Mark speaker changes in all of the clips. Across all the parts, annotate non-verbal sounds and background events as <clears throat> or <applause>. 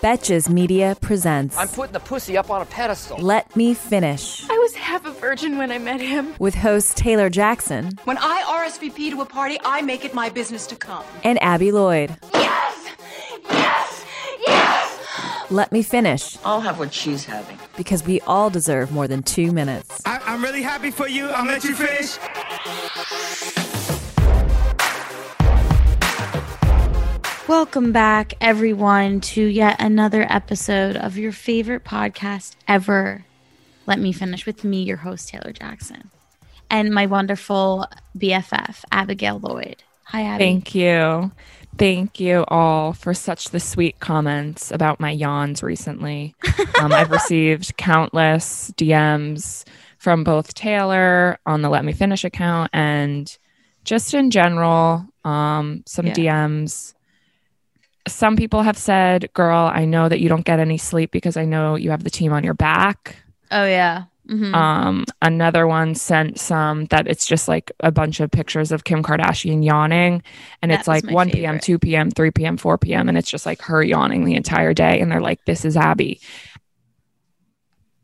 Speaker 1: Betches Media presents
Speaker 2: I'm putting the pussy up on a pedestal.
Speaker 1: Let Me Finish
Speaker 3: I was half a virgin when I met him.
Speaker 1: with host Taylor Jackson
Speaker 4: When I RSVP to a party, I make it my business to come.
Speaker 1: and Abby Lloyd.
Speaker 3: Yes! Yes! Yes!
Speaker 1: Let Me Finish
Speaker 4: I'll have what she's having.
Speaker 1: because we all deserve more than two minutes.
Speaker 5: I, I'm really happy for you. I'll let you finish.
Speaker 6: Welcome back, everyone, to yet another episode of your favorite podcast ever. Let me finish with me, your host, Taylor Jackson, and my wonderful BFF, Abigail Lloyd. Hi, Abby.
Speaker 7: Thank you. Thank you all for such the sweet comments about my yawns recently. Um, I've received countless DMs from both Taylor on the Let Me Finish account and just in general, um, some
Speaker 6: Yeah.
Speaker 7: DMs. Some people have said, Girl, I know that you don't get any sleep because I know you have the team on your back.
Speaker 6: Oh, yeah. Mhm.
Speaker 7: Um, another one sent some that it's just like a bunch of pictures of Kim Kardashian yawning, and
Speaker 6: That
Speaker 7: it's
Speaker 6: was
Speaker 7: like
Speaker 6: my
Speaker 7: 1 p.m.,
Speaker 6: favorite.
Speaker 7: 2 p.m., 3 p.m., 4 p.m., and it's just like her yawning the entire day. And they're like, This is Abby.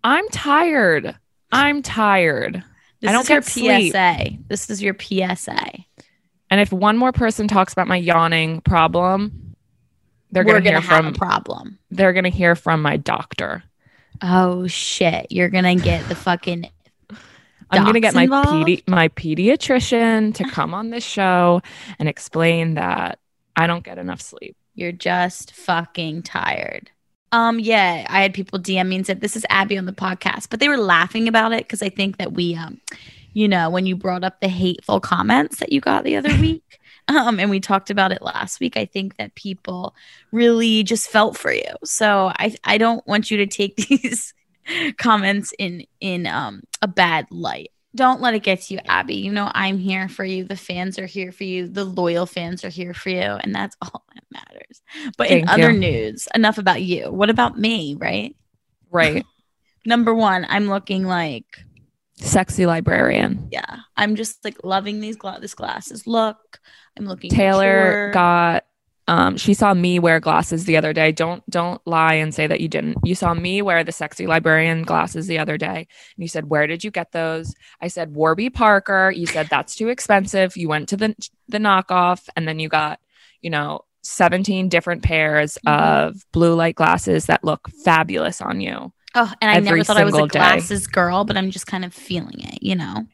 Speaker 7: I'm tired. I'm tired.
Speaker 6: this
Speaker 7: I don't
Speaker 6: is your
Speaker 7: get sleep.
Speaker 6: PSA. This is your PSA.
Speaker 7: And if one more person talks about my yawning problem, they're
Speaker 6: We're
Speaker 7: gonna,
Speaker 6: going to
Speaker 7: hear
Speaker 6: have
Speaker 7: from
Speaker 6: a problem.
Speaker 7: they're gonna hear from my doctor.
Speaker 6: Oh, shit. You're going to get the fucking.
Speaker 7: <sighs> I'm gonna get
Speaker 6: Docs
Speaker 7: my
Speaker 6: involved?
Speaker 7: pedi- my pediatrician to come on this show and explain that I don't get enough sleep.
Speaker 6: You're just fucking tired. Um, yeah, I had people DM me and said, This is Abby on the podcast, but they were laughing about it because I think that we, um, you know, when you brought up the hateful comments that you got the
Speaker 7: <laughs>
Speaker 6: other week, um, and we talked about it last week, I think that people really just felt for you. So I, I don't want you to take <laughs> these comments in, in, um, a bad light. Don't let it get to you, Abby. You know, I'm here for you. The fans are here for you. The loyal fans are here for you. And that's <laughs> all that matters. But in
Speaker 7: Thank
Speaker 6: other
Speaker 7: you.
Speaker 6: news, enough about you. What about me, right?
Speaker 7: Right.
Speaker 6: Number one, I'm looking like
Speaker 7: <laughs> Sexy librarian.
Speaker 6: yeah, I'm just like loving these gla- this glasses look. I'm looking
Speaker 7: Taylor
Speaker 6: mature.
Speaker 7: got um she saw me wear glasses the other day. Don't don't lie and say that you didn't. You saw me wear the sexy librarian glasses the other day. And you said, "Where did you get those?" I said, "Warby Parker." You said, "That's too expensive." You went to the the knockoff and then you got, you know, 17 different pairs
Speaker 6: Mhm.
Speaker 7: of blue light glasses that look fabulous on you.
Speaker 6: oh, and I never
Speaker 7: every
Speaker 6: thought I was a
Speaker 7: single day.
Speaker 6: glasses girl, but I'm just kind of feeling it, you know.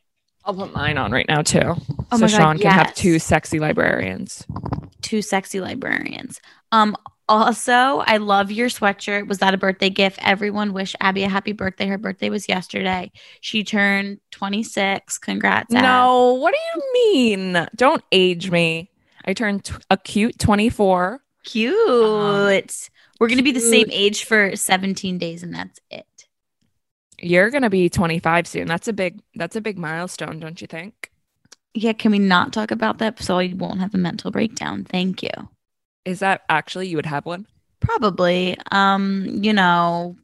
Speaker 7: I'll put mine on right now too.
Speaker 6: Oh my
Speaker 7: so
Speaker 6: God,
Speaker 7: Sean can have
Speaker 6: yes.
Speaker 7: two sexy librarians.
Speaker 6: Two sexy librarians. Um. Also, I love your sweatshirt. Was that a birthday gift? Everyone wish Abby a happy birthday. Her birthday was yesterday. She turned 26. Congrats. Ab.
Speaker 7: No, what do you mean? Don't age me. I turned t- a cute 24.
Speaker 6: Cute. We're going to be the same age for 17 days, and that's it.
Speaker 7: You're going to be 25 soon. That's a big that's a big milestone, don't you think?
Speaker 6: Yeah, can we not talk about that so I won't have a mental breakdown? Thank you.
Speaker 7: Is that actually you would have one?
Speaker 6: Probably. Um, you know,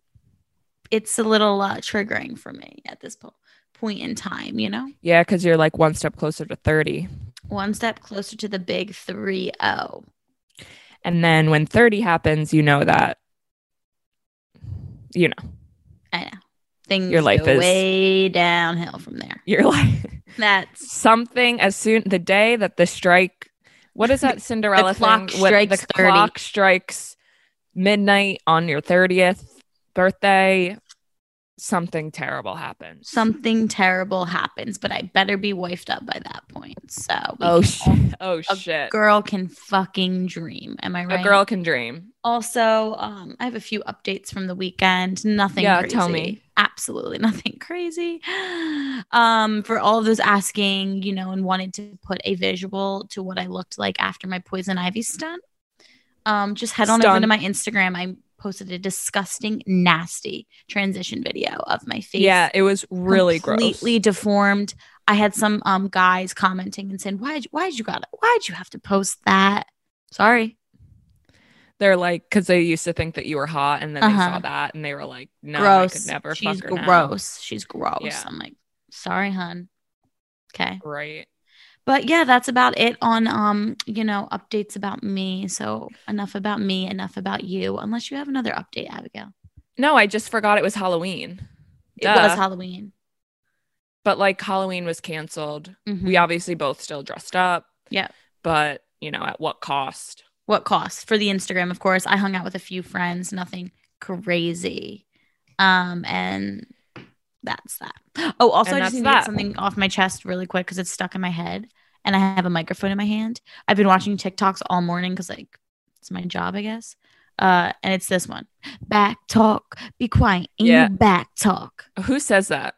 Speaker 6: it's a little uh, triggering for me at this po- point in time, you know?
Speaker 7: Yeah, cuz you're like one step closer to 30.
Speaker 6: One step closer to the big 3 0.
Speaker 7: And then when 30 happens, you know that you know,
Speaker 6: I know. Things
Speaker 7: Your life
Speaker 6: go
Speaker 7: is-
Speaker 6: way downhill from there.
Speaker 7: you're <laughs> like
Speaker 6: That's
Speaker 7: something as soon the day that the strike
Speaker 6: <laughs>
Speaker 7: what is that Cinderella
Speaker 6: clock
Speaker 7: thing? What-
Speaker 6: strikes
Speaker 7: the
Speaker 6: 30.
Speaker 7: clock strikes midnight on your 30th birthday something terrible happens.
Speaker 6: something terrible happens, but I better be wifed up by that point. So, we can all-
Speaker 7: Oh shit. Oh
Speaker 6: a
Speaker 7: shit.
Speaker 6: girl can fucking dream. Am I right?
Speaker 7: A girl can dream.
Speaker 6: Also, um, I have a few updates from the weekend. Nothing.
Speaker 7: Yeah,
Speaker 6: crazy.
Speaker 7: tell me.
Speaker 6: Absolutely nothing <laughs> crazy. Um, for all of those asking, you know, and wanted to put a visual to what I looked like after my poison ivy stunt. um, just head on over
Speaker 7: Stunned.
Speaker 6: to my Instagram. I posted a disgusting, nasty transition video of my face.
Speaker 7: yeah, it was really
Speaker 6: completely
Speaker 7: gross.
Speaker 6: deformed. I had some um guys commenting and saying, "Why? Why'd you got? Why'd you have to post that?" Sorry.
Speaker 7: They're like, because they used to think that you were hot, and then they
Speaker 6: Uh-huh.
Speaker 7: saw that, and they were like, "No,
Speaker 6: gross.
Speaker 7: I could never."
Speaker 6: She's
Speaker 7: fuck her now."
Speaker 6: gross. She's gross.
Speaker 7: Yeah.
Speaker 6: I'm like, sorry, hun. Okay.
Speaker 7: Right.
Speaker 6: But yeah, that's about it on um, you know, updates about me. So enough about me, enough about you. Unless you have another update, Abigail.
Speaker 7: No, I just forgot it was Halloween.
Speaker 6: It
Speaker 7: Duh.
Speaker 6: was Halloween.
Speaker 7: but like Halloween was canceled.
Speaker 6: Mhm.
Speaker 7: We obviously both still dressed up.
Speaker 6: Yeah.
Speaker 7: But, you know, at what cost?
Speaker 6: What cost? For the Instagram, of course. I hung out with a few friends, nothing crazy. Um, and that's that. Oh, also,
Speaker 7: And
Speaker 6: I just
Speaker 7: that's
Speaker 6: need to get
Speaker 7: that.
Speaker 6: something off my chest really quick because it's stuck in my head and I have a microphone in my hand. I've been watching TikToks all morning because, like, it's my job, I guess. Uh, and it's this one back talk, be quiet, and
Speaker 7: Yeah.
Speaker 6: you back talk.
Speaker 7: Who says that?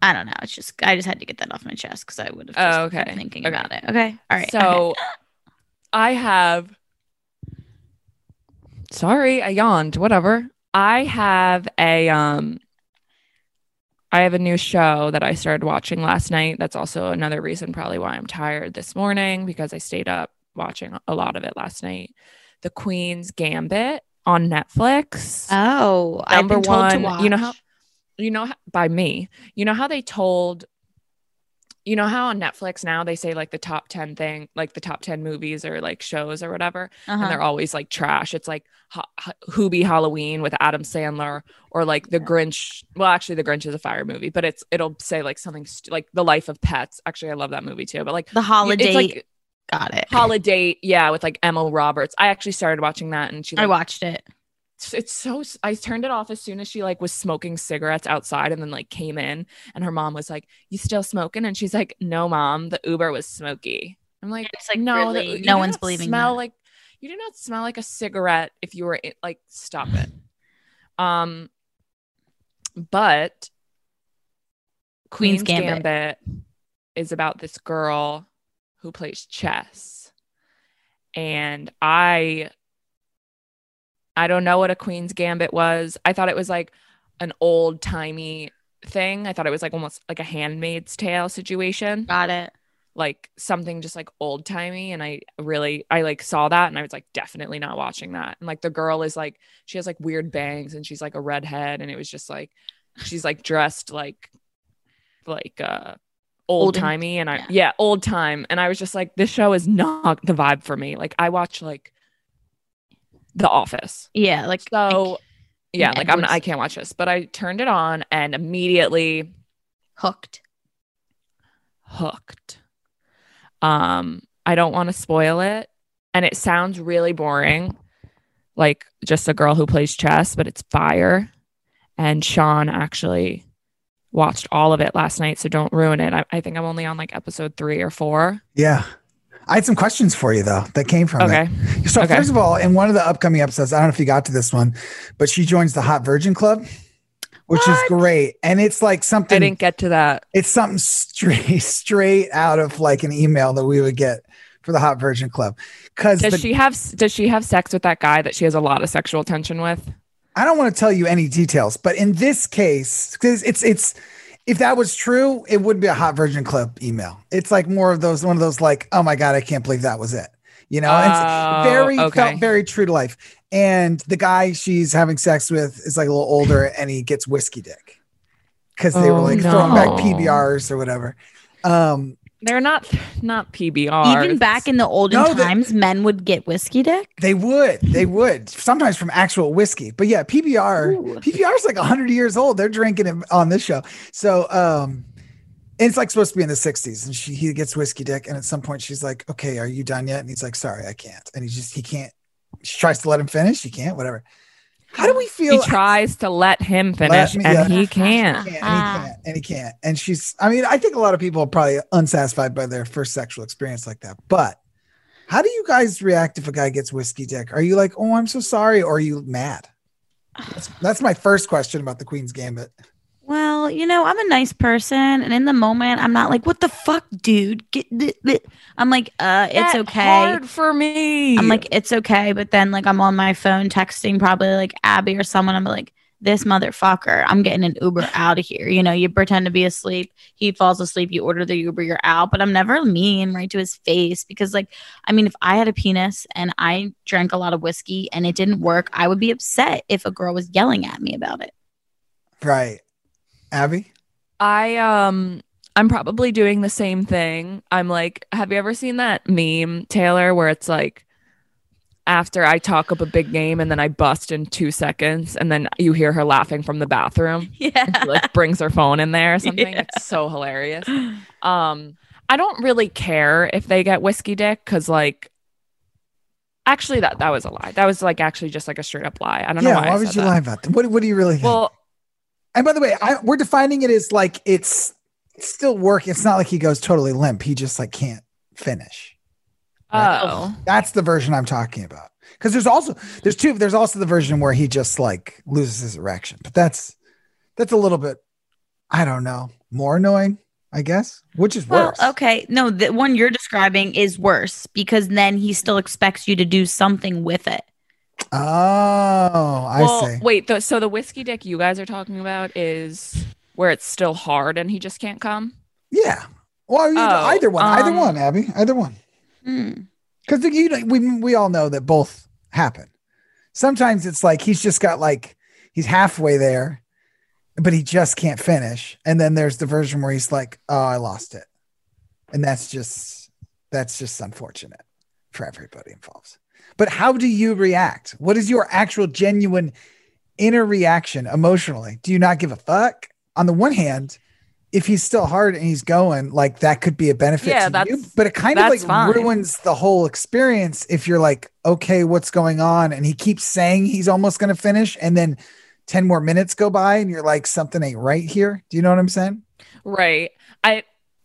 Speaker 6: I don't know. It's just, I just had to get that off my chest because I would have just
Speaker 7: Oh,
Speaker 6: been
Speaker 7: okay.
Speaker 6: thinking
Speaker 7: Okay.
Speaker 6: about it. Okay. All right. okay.
Speaker 7: So I have. Sorry, I yawned. Whatever. I have a um. I have a new show that I started watching last night. That's also another reason, probably, why I'm tired this morning because I stayed up watching a lot of it last night. The Queen's Gambit on Netflix.
Speaker 6: oh, I've
Speaker 7: number
Speaker 6: been told to
Speaker 7: one, you know how-
Speaker 6: watch.
Speaker 7: you know h- by me you know how they told you know how on netflix now they say like the top 10 thing like the top 10 movies or like shows or whatever
Speaker 6: Uh-huh.
Speaker 7: and they're always like trash it's like ha- ha- Hubie halloween with adam sandler or like the grinch well actually the grinch is a fire movie but it's it'll say like something st- like the life of pets actually i love that movie too but like
Speaker 6: The holiday
Speaker 7: it's like
Speaker 6: got it.
Speaker 7: holiday yeah with like emma roberts i actually started watching that and she
Speaker 6: I
Speaker 7: like,
Speaker 6: watched it.
Speaker 7: it's- it's so s- i turned it off as soon as she like was smoking cigarettes outside and then like came in and her mom was like you still smoking and she's like no mom the uber was smoky i'm like
Speaker 6: It's like
Speaker 7: no the-
Speaker 6: really-
Speaker 7: you
Speaker 6: no
Speaker 7: do
Speaker 6: one's
Speaker 7: not
Speaker 6: believing
Speaker 7: smell
Speaker 6: that."
Speaker 7: like you do not smell like a cigarette if you were in, like stop it um but
Speaker 6: Queen's
Speaker 7: queen's,
Speaker 6: Gambit.
Speaker 7: gambit. is about this girl who plays chess and i i don't know what a queen's gambit was i thought it was like an old timey thing i thought it was like almost like a handmaid's tale situation
Speaker 6: Got it.
Speaker 7: like something just like old timey and i really i like saw that and i was like definitely not watching that and like the girl is like she has like weird bangs and she's like a redhead and it was just like she's like dressed like like uh old
Speaker 6: Olden-
Speaker 7: timey and i
Speaker 6: yeah.
Speaker 7: yeah. old time and i was just like this show is not the vibe for me like i watch like the office
Speaker 6: Yeah, like
Speaker 7: so
Speaker 6: like,
Speaker 7: yeah
Speaker 6: and
Speaker 7: like i'm
Speaker 6: Edward's-
Speaker 7: i can't watch this but i turned it on and immediately
Speaker 6: hooked.
Speaker 7: hooked. Um, I don't want to spoil it, and it sounds really boring, like just a girl who plays chess, but it's fire. And Sean actually watched all of it last night, so don't ruin it. I, I think I'm only on like episode three or four.
Speaker 8: Yeah. I had some questions for you though that came from
Speaker 7: Okay,
Speaker 8: it. So
Speaker 7: Okay.
Speaker 8: first of all, in one of the upcoming episodes, I don't know if you got to this one, but she joins the Hot Virgin Club, which is
Speaker 6: What?
Speaker 8: great. And it's like
Speaker 7: I
Speaker 8: something
Speaker 7: didn't get to that.
Speaker 8: it's something straight <laughs> straight out of like an email that we would get for the Hot Virgin Club. Cause
Speaker 7: Does
Speaker 8: the-
Speaker 7: she have Does she have sex with that guy that she has a lot of sexual tension with?
Speaker 8: I don't want to tell you any details, but in this case, because it's it's if that was true, it would be a hot virgin club email. It's like more of those one of those like, oh my god, I can't believe that was it. You know, And
Speaker 7: Oh,
Speaker 8: it's very
Speaker 7: okay.
Speaker 8: felt very true to life. And the guy she's having sex with is like a little older, and he gets whiskey dick because they were
Speaker 7: Oh,
Speaker 8: like throwing back
Speaker 7: no.
Speaker 8: PBRs or whatever. Um,
Speaker 7: They're not not PBR.
Speaker 6: Even back in the olden
Speaker 8: No, the-
Speaker 6: times, men would get whiskey dick.
Speaker 8: they would, they would sometimes from actual whiskey, but yeah, PBR.
Speaker 6: Ooh.
Speaker 8: PBR is like 100 years old. They're drinking it on this show. So, um, and it's like supposed to be in the 60s. And she, he gets whiskey dick. And at some point, she's like, okay, are you done yet? And he's like, sorry, I can't. And he just, he can't. She tries to let him finish. He can't, whatever. How do we
Speaker 7: he
Speaker 8: feel?
Speaker 7: tries to let him finish,
Speaker 8: me-
Speaker 7: and
Speaker 8: yeah.
Speaker 7: he can't.
Speaker 8: and he
Speaker 7: Ah.
Speaker 8: can't. And he can't. And she's, I mean, I think a lot of people are probably unsatisfied by their first sexual experience like that. But how do you guys react if a guy gets whiskey dick? Are you like,
Speaker 7: <sighs>
Speaker 8: oh, I'm so sorry? Or are you mad? That's, that's my first question about the Queen's Gambit.
Speaker 6: Well, you know, I'm a nice person, and in the moment, I'm not like, "What the fuck, dude?" Get th- th-" I'm like, "Uh, it's
Speaker 7: That
Speaker 6: okay."
Speaker 7: Hard for me.
Speaker 6: I'm like, "It's okay," but then like I'm on my phone texting probably like Abby or someone. I'm like, "This motherfucker, I'm getting an Uber out of here." You know, you pretend to be asleep, he falls asleep, you order the Uber, you're out. But I'm never mean right to his face because like, I mean, if I had a penis and I drank a lot of whiskey and it didn't work, I would be upset if a girl was yelling at me about it.
Speaker 8: Right. Abby?
Speaker 7: I um I'm probably doing the same thing. I'm like, have you ever seen that meme, Taylor, where it's like after I talk up a big name and then I bust in two seconds and then you hear her laughing from the bathroom.
Speaker 6: <laughs> Yeah. <laughs>
Speaker 7: She like brings her phone in there or something.
Speaker 6: Yeah.
Speaker 7: It's so hilarious. Um I don't really care if they get whiskey dick because like actually that that was a lie. That was like actually just like a straight up lie. I don't
Speaker 8: yeah,
Speaker 7: know why, I
Speaker 8: would
Speaker 7: said
Speaker 8: you
Speaker 7: that.
Speaker 8: lie about that? What, what do you really think?
Speaker 7: Well,
Speaker 8: and by the way, I, we're defining it as like it's still working. It's not like he goes totally limp. He just like can't finish.
Speaker 7: oh.
Speaker 8: That's the version I'm talking about. Because there's also there's two there's also the version where he just like loses his erection, but that's that's a little bit I don't know more annoying, I guess. Which is
Speaker 6: Well,
Speaker 8: worse.
Speaker 6: okay. No, the one you're describing is worse because then he still expects you to do something with it.
Speaker 8: Oh, I
Speaker 7: well,
Speaker 8: see.
Speaker 7: wait. The, so the whiskey dick you guys are talking about is where it's still hard and he just can't come.
Speaker 8: Yeah. Well, you know,
Speaker 7: Oh,
Speaker 8: either one, either
Speaker 7: um,
Speaker 8: one, Abby, either one.
Speaker 6: Hmm.
Speaker 8: Because you know, we we all know that both happen. Sometimes it's like he's just got like he's halfway there, but he just can't finish. And then there's the version where he's like, "Oh, I lost it," and that's just that's just unfortunate for everybody involved. But how do you react? What is your actual genuine inner reaction emotionally? Do you not give a fuck? On the one hand, if he's still hard and he's going, like that could be a benefit
Speaker 7: Yeah,
Speaker 8: to you.
Speaker 7: that's-
Speaker 8: But it kind of like
Speaker 7: that's fine.
Speaker 8: ruins the whole experience if you're like, okay, what's going on? And he keeps saying he's almost going to finish, and then ten more minutes go by, and you're like, something ain't right here. Do you know what I'm saying?
Speaker 7: Right. I,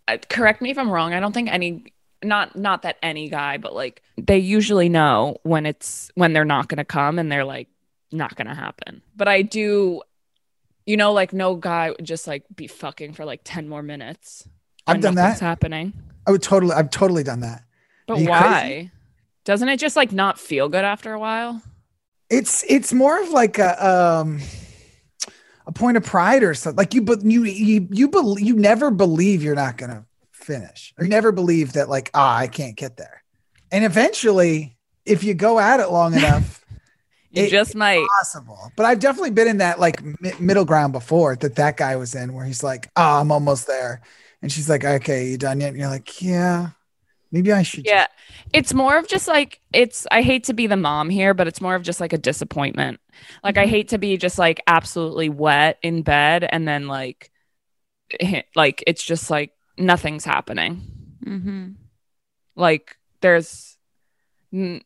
Speaker 7: I correct me if I'm wrong. I don't think any not not that any guy, but like they usually know when it's when they're not going to come and they're like not going to happen. But I do you know like no guy would just like be fucking for like 10 more minutes.
Speaker 8: I've
Speaker 7: when
Speaker 8: done
Speaker 7: nothing's
Speaker 8: that.
Speaker 7: happening.
Speaker 8: I would totally, I've totally done that.
Speaker 7: But
Speaker 8: Are you
Speaker 7: why?
Speaker 8: crazy?
Speaker 7: Doesn't it just like not feel good after a while?
Speaker 8: It's it's more of like a um a point of pride or something. Like you, but you you you bel you never believe you're not gonna finish, or you never believe that like ah I can't get there, and eventually if you go at it
Speaker 7: <laughs>
Speaker 8: long enough,
Speaker 7: You
Speaker 8: It-
Speaker 7: just might.
Speaker 8: possible. But I've definitely been in that like mi- middle ground before that that guy was in, where he's like ah I'm almost there, and she's like okay you done yet? And you're like yeah, maybe I should.
Speaker 7: Yeah. It's more of just like it's I hate to be the mom here, but it's more of just like a disappointment. Like
Speaker 6: Mm-hmm.
Speaker 7: I hate to be just like absolutely wet in bed and then like hit, like it's just like nothing's happening.
Speaker 6: Mhm.
Speaker 7: Like there's n-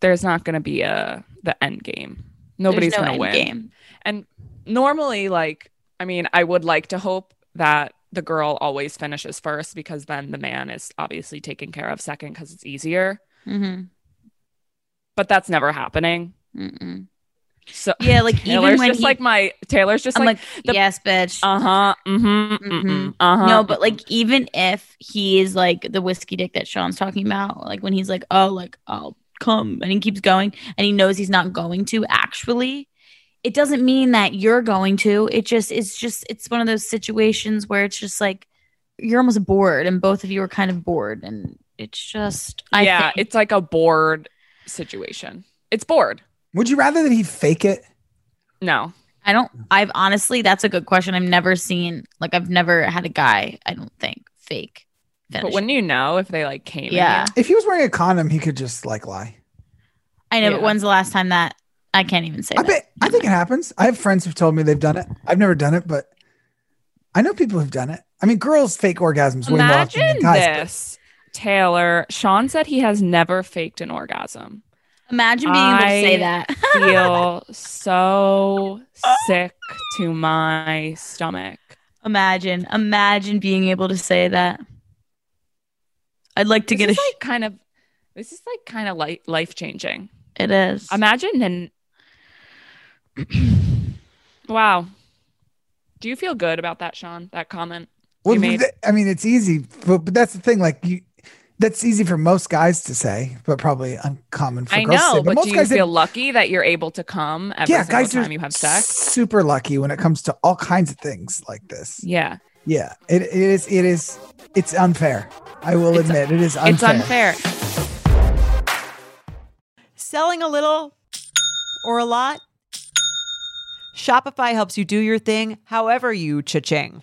Speaker 7: there's not going to be a the end game. Nobody's
Speaker 6: There's no
Speaker 7: going
Speaker 6: end
Speaker 7: to win.
Speaker 6: game.
Speaker 7: And normally, like, I mean, I would like to hope that the girl always finishes first because then the man is obviously taken care of second because it's easier. Mm-hmm.
Speaker 6: Mhm.
Speaker 7: But that's never happening.
Speaker 6: Mm-mm.
Speaker 7: So
Speaker 6: Yeah,
Speaker 7: <laughs>
Speaker 6: like
Speaker 7: Taylor's
Speaker 6: even when
Speaker 7: Mm-hmm. just
Speaker 6: he,
Speaker 7: like my Taylor's just
Speaker 6: I'm
Speaker 7: like,
Speaker 6: like,
Speaker 7: the-
Speaker 6: yes, bitch.
Speaker 7: uh huh, mm-hmm,
Speaker 6: Mhm.
Speaker 7: mm-hmm, uh-huh.
Speaker 6: no, but like even if he is like the whiskey dick that Sean's talking about, like when he's like, oh, like I'll come, and he keeps going, and he knows he's not going to actually. It doesn't mean that you're going to. It just it's just it's one of those situations where it's just like you're almost bored, and both of you are kind of bored, and it's just I
Speaker 7: yeah,
Speaker 6: think-
Speaker 7: it's like a bored situation. It's bored.
Speaker 8: Would you rather that he fake it?
Speaker 7: No,
Speaker 6: I don't. I've honestly, that's a good question. I've never seen like I've never had a guy. I don't think fake.
Speaker 7: but
Speaker 6: finish.
Speaker 7: wouldn't you know if they like came? in
Speaker 6: Yeah.
Speaker 7: you?
Speaker 8: If he was wearing a condom, he could just like lie.
Speaker 6: I know, but
Speaker 7: Yeah.
Speaker 6: when's the last time that I can't even say
Speaker 8: I
Speaker 6: that.
Speaker 8: bet I think it happens. I have friends who've told me they've done it. I've never done it, but I know people who've done it. I mean, girls fake orgasms way more often than
Speaker 7: Imagine
Speaker 8: guys. do.
Speaker 7: this, Taylor. Sean said he has never faked
Speaker 6: <laughs>
Speaker 7: an orgasm.
Speaker 6: Imagine being able to say
Speaker 7: I
Speaker 6: that. <laughs>
Speaker 7: feel so sick to my stomach.
Speaker 6: imagine, imagine being able to say that. I'd like to get a.
Speaker 7: this
Speaker 6: Sh-
Speaker 7: is like kind of this is like kind of like life changing.
Speaker 6: it is.
Speaker 7: Imagine and <clears throat> wow. Do you feel good about that, Sean? That comment?
Speaker 8: Well,
Speaker 7: You made-
Speaker 8: th- I mean, it's easy, but, but that's the thing. Like you, that's easy for most guys to say, but probably uncommon for
Speaker 7: I
Speaker 8: girls to say.
Speaker 7: know, but
Speaker 8: most
Speaker 7: do you
Speaker 8: guys
Speaker 7: feel lucky that you're able to come every
Speaker 8: yeah,
Speaker 7: single
Speaker 8: guys are
Speaker 7: time you have sex?
Speaker 8: super lucky when it comes to all kinds of things like this.
Speaker 7: Yeah,
Speaker 8: Yeah, it, it is. It is. It's unfair. I will
Speaker 7: It's-
Speaker 8: admit, it is
Speaker 7: it's unfair.
Speaker 9: Selling a little or a lot? Shopify helps you do your thing however you cha-ching.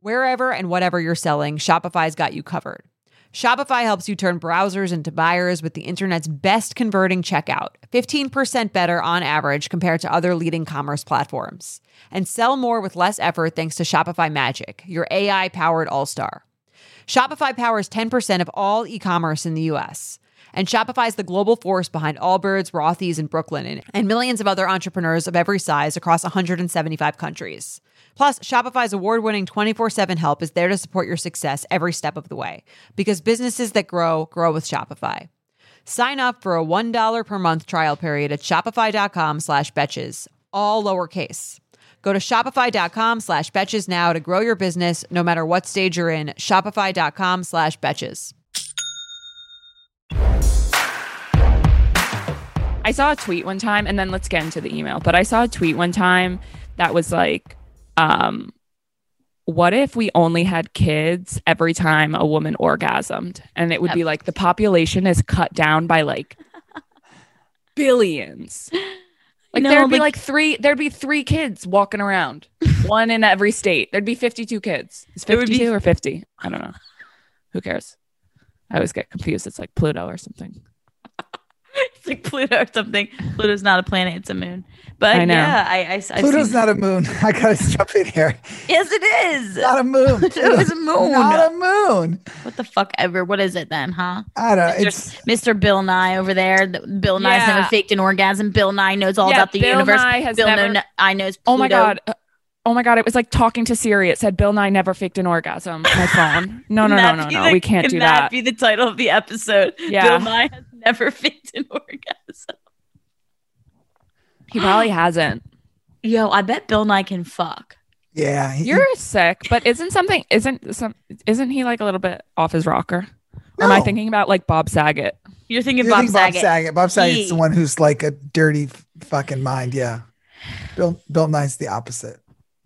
Speaker 9: Wherever and whatever you're selling, Shopify's got you covered. Shopify helps you turn browsers into buyers with the internet's best converting checkout, 15% better on average compared to other leading commerce platforms. And sell more with less effort thanks to Shopify Magic, your AI powered all star. Shopify powers 10% of all e commerce in the US. And Shopify is the global force behind Allbirds, Rothy's, and Brooklyn, and, and millions of other entrepreneurs of every size across 175 countries. Plus, Shopify's award winning 24 7 help is there to support your success every step of the way. Because businesses that grow, grow with Shopify. Sign up for a $1 per month trial period at shopify.com slash betches, all lowercase. Go to shopify.com slash betches now to grow your business no matter what stage you're in. Shopify.com slash betches.
Speaker 7: I saw a tweet one time, and then let's get into the email. But I saw a tweet one time that was like, um, "What if we only had kids every time a woman orgasmed, and it would be like the population is cut down by like billions? Like
Speaker 6: No,
Speaker 7: there'd be
Speaker 6: but-
Speaker 7: like three, there'd be three kids walking <laughs> around, one in every state. There'd be fifty-two kids. Is
Speaker 6: It would be-
Speaker 7: fifty-two or fifty? I don't know. Who cares? I always get confused. It's like Pluto or something.
Speaker 6: It's <laughs> like Pluto or something. Pluto's not a planet; it's a moon. But
Speaker 7: I know.
Speaker 6: yeah, I, I, I've seen
Speaker 8: Pluto's
Speaker 6: that.
Speaker 8: not a moon. <laughs> I gotta jump in here.
Speaker 6: Yes, it is.
Speaker 8: <laughs> Not a
Speaker 9: <laughs>
Speaker 8: moon.
Speaker 6: Pluto is a moon.
Speaker 8: Not a moon.
Speaker 6: What the fuck ever? What is it then, huh?
Speaker 8: I don't. It's
Speaker 6: There's Mr. Bill Nye over there. th- Bill Nye's
Speaker 7: Yeah.
Speaker 6: never faked an orgasm. Bill Nye knows all
Speaker 7: Yeah,
Speaker 6: about the
Speaker 7: Bill
Speaker 6: universe.
Speaker 7: Nye has
Speaker 6: Bill
Speaker 7: never-
Speaker 6: Nye- Nye knows. Pluto.
Speaker 7: Oh my god. Uh, Oh my god, it was like talking to Siri. It said Bill Nye never faked an <laughs> orgasm. My phone. No, no, no,
Speaker 6: Can
Speaker 7: no,
Speaker 6: that be
Speaker 7: no.
Speaker 6: the-
Speaker 7: We can't
Speaker 6: can
Speaker 7: do
Speaker 6: that.
Speaker 7: that.
Speaker 6: Be the title of the episode.
Speaker 7: Yeah.
Speaker 6: Bill Nye has never <laughs> faked an orgasm.
Speaker 7: He probably <gasps> hasn't.
Speaker 6: Yo, I bet Bill Nye can fuck.
Speaker 8: yeah. he-
Speaker 7: You're sick, but isn't something isn't some isn't he like a little bit off his rocker? Or am I
Speaker 8: No.
Speaker 7: thinking about like Bob Saget?
Speaker 6: You're thinking
Speaker 8: you
Speaker 6: Bob
Speaker 8: think
Speaker 6: Saget.
Speaker 8: Bob Saget. Bob Saget's
Speaker 6: He-
Speaker 8: the one who's like a dirty f- fucking mind. Yeah. Bill Bill Nye's the opposite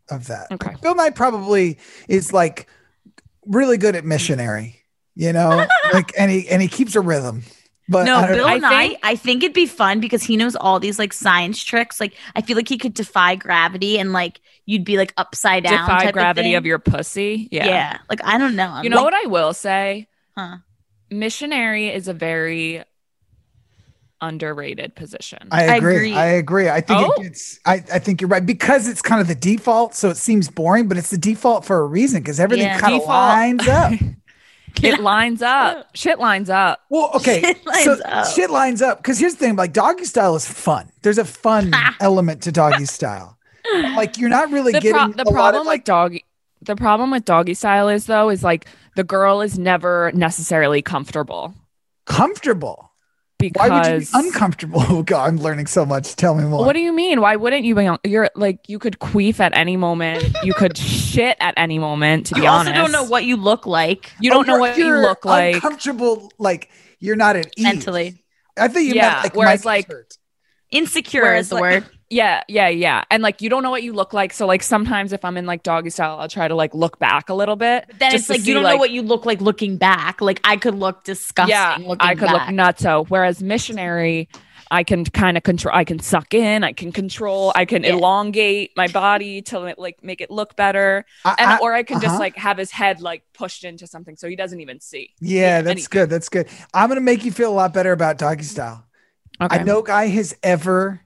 Speaker 8: of that.
Speaker 7: Okay.
Speaker 8: Bill Nye probably is like really good at missionary.
Speaker 6: <laughs>
Speaker 8: You know, like and he and he keeps a rhythm. But
Speaker 6: No,
Speaker 8: I don't-
Speaker 6: Bill
Speaker 7: I
Speaker 6: Nye.
Speaker 7: think-
Speaker 6: I think it'd be fun because he knows all these like science tricks. Like I feel like he could defy gravity and like you'd be like upside down. type
Speaker 7: Defy gravity
Speaker 6: thing.
Speaker 7: of, your pussy. Yeah.
Speaker 6: yeah. Like I don't know. I'm
Speaker 7: You know
Speaker 6: like-
Speaker 7: what I will say?
Speaker 6: Huh.
Speaker 7: Missionary is a very underrated position.
Speaker 8: I agree.
Speaker 6: agree.
Speaker 8: I agree. I think
Speaker 7: Oh.
Speaker 8: it gets, I, I think you're right because it's kind of the default. So it seems boring, but it's the default for a reason because everything
Speaker 6: Yeah.
Speaker 8: kind of
Speaker 7: Default.
Speaker 8: lines up.
Speaker 6: <laughs>
Speaker 7: it
Speaker 8: <laughs>
Speaker 7: lines up. Shit lines up.
Speaker 8: Well,
Speaker 7: <laughs>
Speaker 8: okay.
Speaker 6: Shit lines
Speaker 8: so
Speaker 6: up.
Speaker 8: shit lines up. Because here's the thing like, doggy style is fun. There's
Speaker 7: <laughs>
Speaker 8: a fun element to doggy style. Like, you're not really
Speaker 7: Ah. the, pro-
Speaker 8: getting
Speaker 7: the
Speaker 8: a lot
Speaker 7: problem
Speaker 8: of,
Speaker 7: with doggy the problem with doggy style is though is like the girl is never necessarily comfortable
Speaker 8: comfortable.
Speaker 7: because
Speaker 8: Why would you be uncomfortable? <laughs> Oh, God, I'm learning so much. Tell me more.
Speaker 7: what do you mean why wouldn't you be un- you're like you could queef at any moment you
Speaker 8: <laughs>
Speaker 7: could shit at any moment to
Speaker 6: You
Speaker 7: be
Speaker 6: also
Speaker 7: honest
Speaker 6: don't know what you look like
Speaker 7: you don't know what you
Speaker 8: you're
Speaker 7: look like
Speaker 8: Uncomfortable, like, you're not at ease.
Speaker 6: mentally.
Speaker 8: I think you
Speaker 7: Yeah,
Speaker 8: meant like,
Speaker 7: whereas,
Speaker 8: Michael
Speaker 7: like-
Speaker 8: Chert.
Speaker 6: Insecure
Speaker 7: Whereas,
Speaker 6: is the
Speaker 7: like-
Speaker 6: word.
Speaker 7: yeah yeah yeah and like you don't know what you look like so like sometimes if i'm in like doggy style i'll try to like look back a little bit
Speaker 6: But <laughs> then
Speaker 7: just
Speaker 6: it's
Speaker 7: to
Speaker 6: like
Speaker 7: see,
Speaker 6: you don't know what you look like looking back. Like I could look disgusting. looking
Speaker 7: I could
Speaker 6: back.
Speaker 7: look nutso. Whereas missionary, I can kind of control. I can suck in. I can control. I can
Speaker 6: Yeah.
Speaker 7: elongate my body to li- like make it look better,
Speaker 8: I-
Speaker 7: and
Speaker 8: I-
Speaker 7: or I can just
Speaker 8: uh-huh.
Speaker 7: like have his head like pushed into something so he doesn't even see.
Speaker 8: Yeah, that's
Speaker 7: anything.
Speaker 8: good. That's good. I'm gonna make you feel a lot better about doggy style.
Speaker 7: Okay.
Speaker 8: I no guy has ever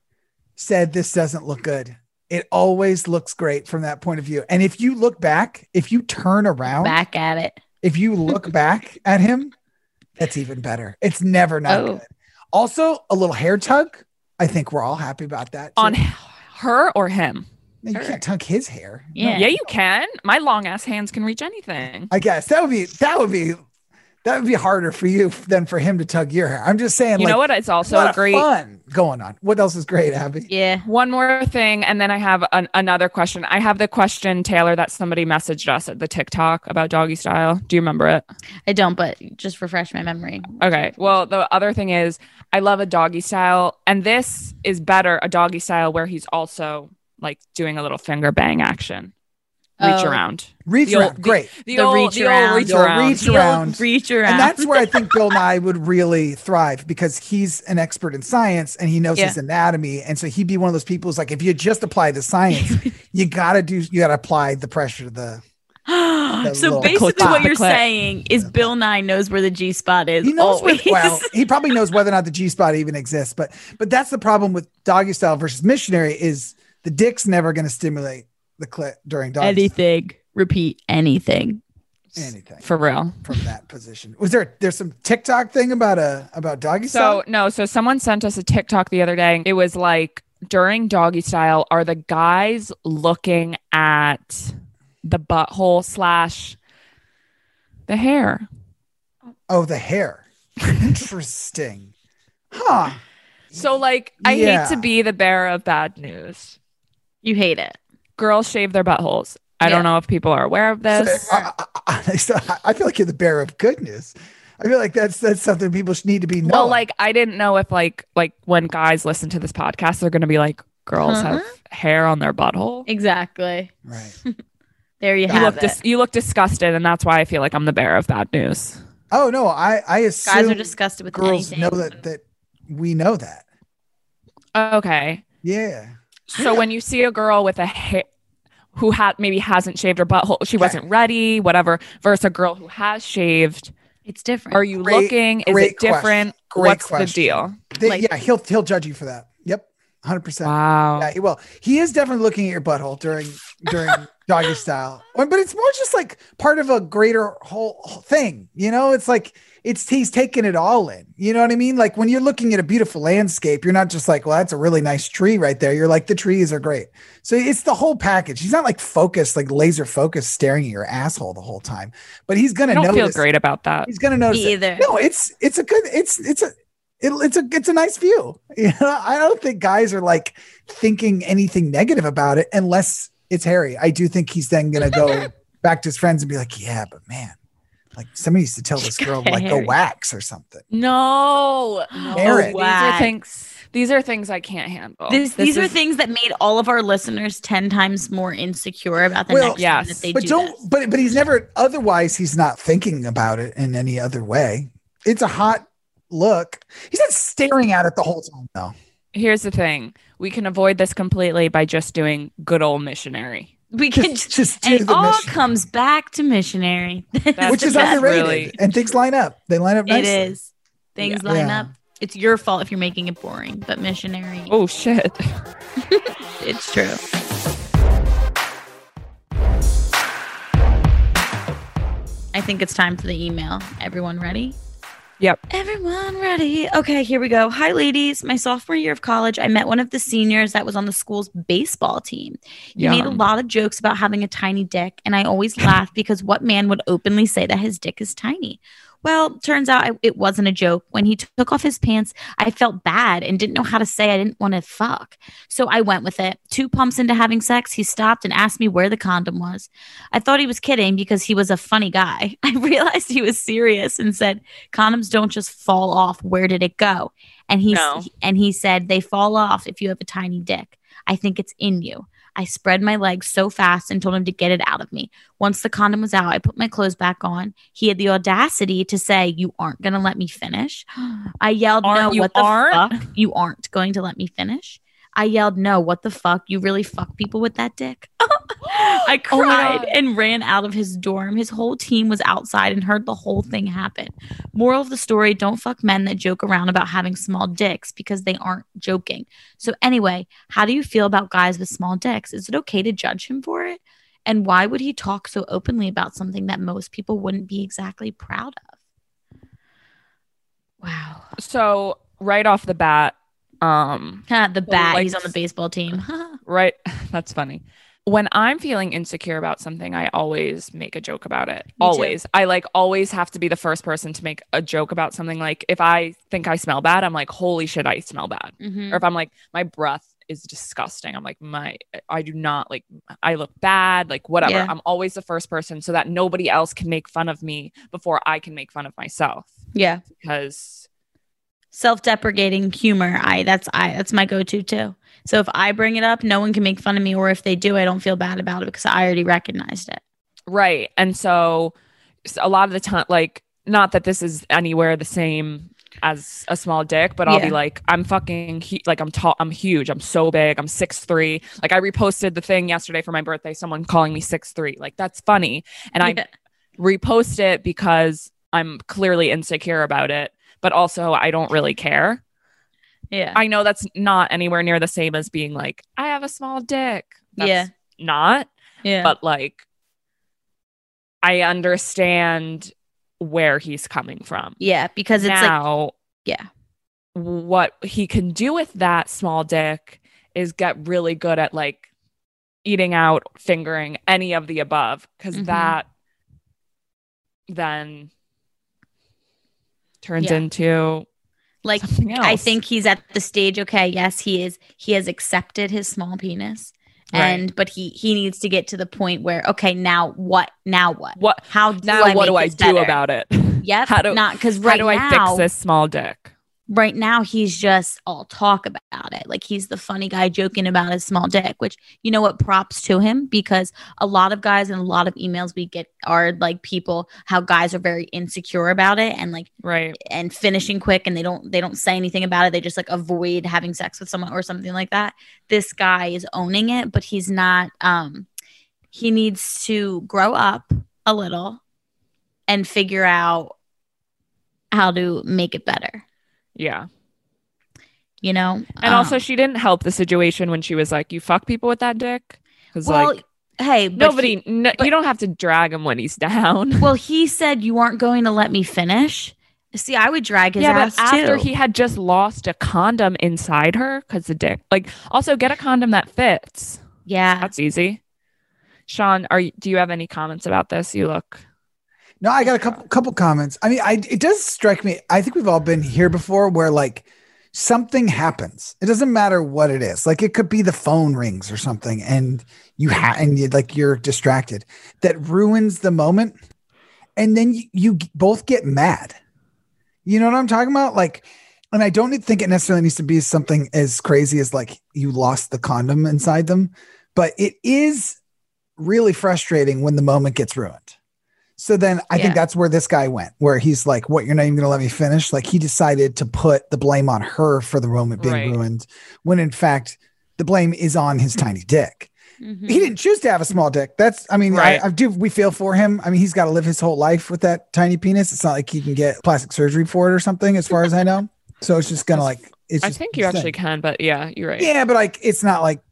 Speaker 8: said this doesn't look good. It always looks great from that point of view. And if you look back, if you turn around,
Speaker 6: Back at it.
Speaker 8: if
Speaker 7: <laughs>
Speaker 8: you look back at him, that's even better. It's never not
Speaker 6: Oh.
Speaker 8: good. Also, a little hair tug. I think we're all happy about that.
Speaker 7: on her or him.
Speaker 8: you can't tug his hair.
Speaker 6: Yeah.
Speaker 7: Yeah, you can. My long ass hands can reach anything.
Speaker 8: I guess that would be that would be that would be harder for you than for him to tug your hair. I'm just saying,
Speaker 7: you
Speaker 8: like,
Speaker 7: know what? It's also
Speaker 8: what
Speaker 7: a great.
Speaker 8: fun going on. What else is great, Abby?
Speaker 6: Yeah.
Speaker 7: One more thing, and then I have an, another question. I have the question, Taylor, that somebody messaged us at the TikTok about doggy style. Do you remember it?
Speaker 6: I don't, but just refresh my memory.
Speaker 7: Okay. Well, the other thing is, I love a doggy style, and this is better a doggy style where he's also like doing a little finger bang action, reach
Speaker 6: Oh.
Speaker 7: around.
Speaker 8: Reach
Speaker 7: The old-
Speaker 8: around, great.
Speaker 7: The,
Speaker 6: The
Speaker 7: old,
Speaker 6: reach
Speaker 7: the old
Speaker 6: around.
Speaker 7: reach
Speaker 8: The old
Speaker 7: around.
Speaker 8: reach around.
Speaker 6: Reach around. <gasps>
Speaker 8: And that's where I think Bill Nye would really thrive because he's an expert in science and he knows his anatomy. And so he'd be one of those people who's like, if you just apply the science, you gotta do, you gotta apply the pressure to the.
Speaker 6: so basically,
Speaker 8: little click.
Speaker 6: what you're
Speaker 7: The click.
Speaker 6: saying is Bill Nye knows where the G spot is.
Speaker 8: He knows
Speaker 6: always. <laughs>
Speaker 8: with, well, he probably knows whether or not the G spot even exists, but but that's the problem with doggy style versus missionary is the dick's never going to stimulate the clit during doggy
Speaker 6: anything. Repeat anything.
Speaker 8: style, anything
Speaker 7: For real.
Speaker 8: from that position. Was there there's some TikTok thing about a about doggy
Speaker 7: So
Speaker 8: style?
Speaker 7: no, so someone sent us a TikTok the other day. It was like during doggy style, are the guys looking at the butthole slash the hair?
Speaker 8: Oh, the
Speaker 7: <laughs>
Speaker 8: hair. Interesting, huh?
Speaker 7: So like I
Speaker 8: Yeah.
Speaker 7: hate to be the bearer of bad news.
Speaker 6: You hate it.
Speaker 7: Girls shave their buttholes. I
Speaker 6: Yeah.
Speaker 7: don't know if people are aware of this.
Speaker 8: So, I, I- I- so I- I feel like you're the bearer of good news. I feel like that's that's something people should need to be knowing.
Speaker 7: Well, like I didn't know if like like when guys listen to this podcast, they're gonna be like, girls
Speaker 6: Huh?
Speaker 7: have hair on their butthole.
Speaker 6: Exactly.
Speaker 8: right.
Speaker 6: There you
Speaker 7: You
Speaker 6: have
Speaker 7: look,
Speaker 6: it.
Speaker 7: dis- you look disgusted, and that's why I feel like I'm the bearer of bad news.
Speaker 8: Oh no, I I
Speaker 6: <laughs>
Speaker 8: assume
Speaker 6: Guys are disgusted with
Speaker 8: girls
Speaker 6: anything.
Speaker 8: know that that we know that.
Speaker 7: Okay.
Speaker 8: Yeah.
Speaker 7: So when you see a girl with a hair who had maybe hasn't shaved her butthole, she wasn't ready, whatever, versus a girl who has shaved,
Speaker 6: it's different.
Speaker 7: are you
Speaker 8: Great-
Speaker 7: looking? Is
Speaker 8: great
Speaker 7: it different?
Speaker 8: question. Great
Speaker 7: What's the
Speaker 8: question.
Speaker 7: deal?
Speaker 8: They-
Speaker 6: Like-
Speaker 8: yeah, he'll he'll judge you for that. Yep, hundred percent.
Speaker 7: Wow.
Speaker 8: Yeah, he will. He is definitely looking at your butthole during
Speaker 7: <laughs>
Speaker 8: during doggy style, Or- but it's more just like part of a greater whole whole thing. You know, it's like it's he's taking it all in. You know what I mean? Like when you're looking at a beautiful landscape, you're not just like, well, that's a really nice tree right there. You're like, the trees are great. So it's the whole package. He's not like focused, like laser focused, staring at your asshole the whole time. But he's gonna
Speaker 7: I don't feel
Speaker 8: notice.
Speaker 7: great about that.
Speaker 8: He's gonna notice.
Speaker 6: Me
Speaker 8: it.
Speaker 6: either.
Speaker 8: No, it's it's a good. It's it's a it, it's a it's a nice view. <laughs> You know, I don't think guys are like thinking anything negative about it unless it's Harry. I do think he's then
Speaker 6: <laughs>
Speaker 8: gonna go back to his friends and be like, yeah, but man, like somebody used to
Speaker 6: <laughs>
Speaker 8: tell this girl like go
Speaker 6: Harry.
Speaker 8: wax or something.
Speaker 7: No. Oh,
Speaker 8: Eric.
Speaker 7: These are things these are things I can't handle.
Speaker 8: Oh,
Speaker 6: This,
Speaker 7: This
Speaker 6: these are
Speaker 7: is-
Speaker 6: things that made all of our listeners 10 times more insecure about the
Speaker 8: Well,
Speaker 6: next
Speaker 7: yes.
Speaker 6: time that they
Speaker 8: but
Speaker 6: do
Speaker 8: don't.
Speaker 6: this.
Speaker 8: But but he's never. Otherwise, he's not thinking about it in any other way. It's a hot look. He's not staring at it the whole time though.
Speaker 7: here's the thing. We can avoid this completely by just doing good old missionary.
Speaker 6: We can
Speaker 8: Just-
Speaker 6: just,
Speaker 8: just do
Speaker 6: and it
Speaker 8: the
Speaker 6: all
Speaker 8: missionary.
Speaker 6: comes back to missionary. <laughs>
Speaker 7: That's
Speaker 8: Which
Speaker 7: the
Speaker 8: is
Speaker 7: best,
Speaker 8: underrated,
Speaker 7: really.
Speaker 8: and things line up. They line up
Speaker 6: It
Speaker 8: nicely.
Speaker 6: is. Things line
Speaker 8: Yeah.
Speaker 6: up. It's your fault if you're making it boring, but missionary,
Speaker 7: Oh shit.
Speaker 6: it's true. I think it's time for the email. Everyone ready?
Speaker 7: Yep.
Speaker 6: Everyone ready? Okay, here we go. Hi, ladies. My sophomore year of college, I met one of the seniors that was on the school's baseball team. He made a
Speaker 7: Yum.
Speaker 6: lot of jokes about having a tiny dick, and I always laughed because what man would openly say that his dick is tiny? Well, turns out I, it wasn't a joke. When he took off his pants, I felt bad and didn't know how to say I didn't want to fuck. So I went with it. Two pumps into having sex, he stopped and asked me where the condom was. I thought he was kidding because he was a funny guy. <laughs> I realized he was serious and said, "Condoms don't just fall off. Where did it go?" And he
Speaker 7: No.
Speaker 6: and he said, "They fall off if you have a tiny dick. I think it's in you." I spread my legs so fast and told him to get it out of me. Once the condom was out, I put my clothes back on. He had the audacity to say, "You aren't going to let me
Speaker 7: <gasps>
Speaker 6: finish." I yelled,
Speaker 7: Aren't
Speaker 6: "No,
Speaker 7: you
Speaker 6: what the
Speaker 7: aren't?"
Speaker 6: fuck? You aren't
Speaker 7: <gasps>
Speaker 6: going to let me finish?" I yelled, "No, what the fuck? You really fuck people with that dick?" <laughs>
Speaker 7: Oh
Speaker 6: I
Speaker 9: my
Speaker 6: cried
Speaker 9: God.
Speaker 6: and ran out of his dorm. His whole team was outside and heard the whole thing happen. Moral of the story don't fuck men that joke around about having small dicks because they aren't joking. So, anyway, how do you feel about guys with small dicks? Is it okay to judge him for it? And why would he talk so openly about something that most people wouldn't be exactly proud of? Wow.
Speaker 7: So right off the bat, um,
Speaker 6: Ha, the
Speaker 7: Well,
Speaker 6: bat,
Speaker 7: like-
Speaker 6: he's on the baseball team. <laughs>
Speaker 7: right, <laughs> that's funny. When I'm feeling insecure about something, I always make a joke about it.
Speaker 6: too.
Speaker 7: always. I like always have to be the first person to make a joke about something. Like if I think I smell bad, I'm like, holy shit, I smell bad.
Speaker 6: Mhm.
Speaker 7: Or if I'm like, my breath is disgusting. I'm like, my, I do not like, I look bad, like whatever.
Speaker 6: Yeah.
Speaker 7: I'm always the first person so that nobody else can make fun of me before I can make fun of myself
Speaker 6: Yeah.
Speaker 7: because
Speaker 6: self-deprecating humor i that's i that's my go-to too so if i bring it up no one can make fun of me or if they do i don't feel bad about it because i already recognized it
Speaker 7: Right. And so s- a lot of the time, like, not that this is anywhere the same as a small dick, but I'll be
Speaker 6: Yeah.
Speaker 7: like, I'm fucking, hu- like, I'm tall, I'm huge, I'm so big, I'm six three. Like, I reposted the thing yesterday for my birthday, someone calling me six three. Like, that's funny. And I
Speaker 6: Yeah.
Speaker 7: repost it because I'm clearly insecure about it, but also I don't really care.
Speaker 6: <laughs> yeah
Speaker 7: I know that's not anywhere near the same as being like, I have a small dick. That's
Speaker 6: Yeah.
Speaker 7: Not
Speaker 6: yeah
Speaker 7: but like I understand where he's coming from.
Speaker 6: yeah because it's like
Speaker 7: now,
Speaker 6: yeah.
Speaker 7: what he can do with that small dick is get really good at like eating out, fingering any of the above, because
Speaker 6: Mhm.
Speaker 7: that then turns
Speaker 6: Yeah.
Speaker 7: into
Speaker 6: like
Speaker 7: something else.
Speaker 6: i think he's at the stage okay yes he is he has accepted his small penis
Speaker 7: Right.
Speaker 6: and but he he needs to get to the point where okay now what now what
Speaker 7: what
Speaker 6: how do
Speaker 7: now
Speaker 6: I
Speaker 7: what do
Speaker 6: make
Speaker 7: I
Speaker 6: this
Speaker 7: do
Speaker 6: better?
Speaker 7: about it? <laughs>
Speaker 6: yep
Speaker 7: How do
Speaker 6: not because
Speaker 7: how
Speaker 6: right
Speaker 7: do
Speaker 6: now
Speaker 7: I fix this small dick?
Speaker 6: right now he's just all talk about it like he's the funny guy joking about his small dick which you know what props to him because a lot of guys and a lot of emails we get are like people how guys are very insecure about it and like
Speaker 7: Right.
Speaker 6: and finishing quick and they don't they don't say anything about it they just like avoid having sex with someone or something like that this guy is owning it but he's not um he needs to grow up a little and figure out how to make it better
Speaker 7: Yeah.
Speaker 6: you know
Speaker 7: And also,
Speaker 6: Um,
Speaker 7: she didn't help the situation when she was like, "You fuck people with that dick," because
Speaker 6: well
Speaker 7: like
Speaker 6: hey but
Speaker 7: nobody, no,
Speaker 6: but-
Speaker 7: you don't have to drag him when he's <laughs> down.
Speaker 6: he- well he said you aren't going to let me finish see i would drag his
Speaker 7: yeah,
Speaker 6: ass
Speaker 7: but after
Speaker 6: too
Speaker 7: he had just lost a condom inside her because the dick. Like, also get a condom that fits.
Speaker 6: yeah
Speaker 7: That's easy. Sean, are you, do you have any comments about this? You look
Speaker 8: No, I got a couple couple comments. I mean, I it does strike me. I think we've all been here before where like something happens. It doesn't matter what it is. Like it could be the phone rings or something and you ha- and you like you're distracted. That ruins the moment. And then you, you g- both get mad. You know what I'm talking about? Like and I don't think it necessarily needs to be something as crazy as like you lost the condom inside them, but it is really frustrating when the moment gets ruined. So then I
Speaker 6: Yeah.
Speaker 8: think that's where this guy went, where he's like, What, you're not even going to let me finish? Like he decided to put the blame on her for the moment being
Speaker 7: Right.
Speaker 8: ruined, when in fact, the blame is on his tiny dick
Speaker 6: Mhm.
Speaker 8: he didn't choose to have a small dick. That's, I mean,
Speaker 7: Right.
Speaker 8: I, I do. We feel for him. I mean, he's got to live his whole life with that tiny penis. It's not like he can get plastic surgery for it or something, as far as I know. So it's just gonna like. It's
Speaker 7: I
Speaker 8: just
Speaker 7: think you
Speaker 8: his
Speaker 7: actually
Speaker 8: thing.
Speaker 7: can, but yeah, you're right.
Speaker 8: Yeah, but like, it's not like,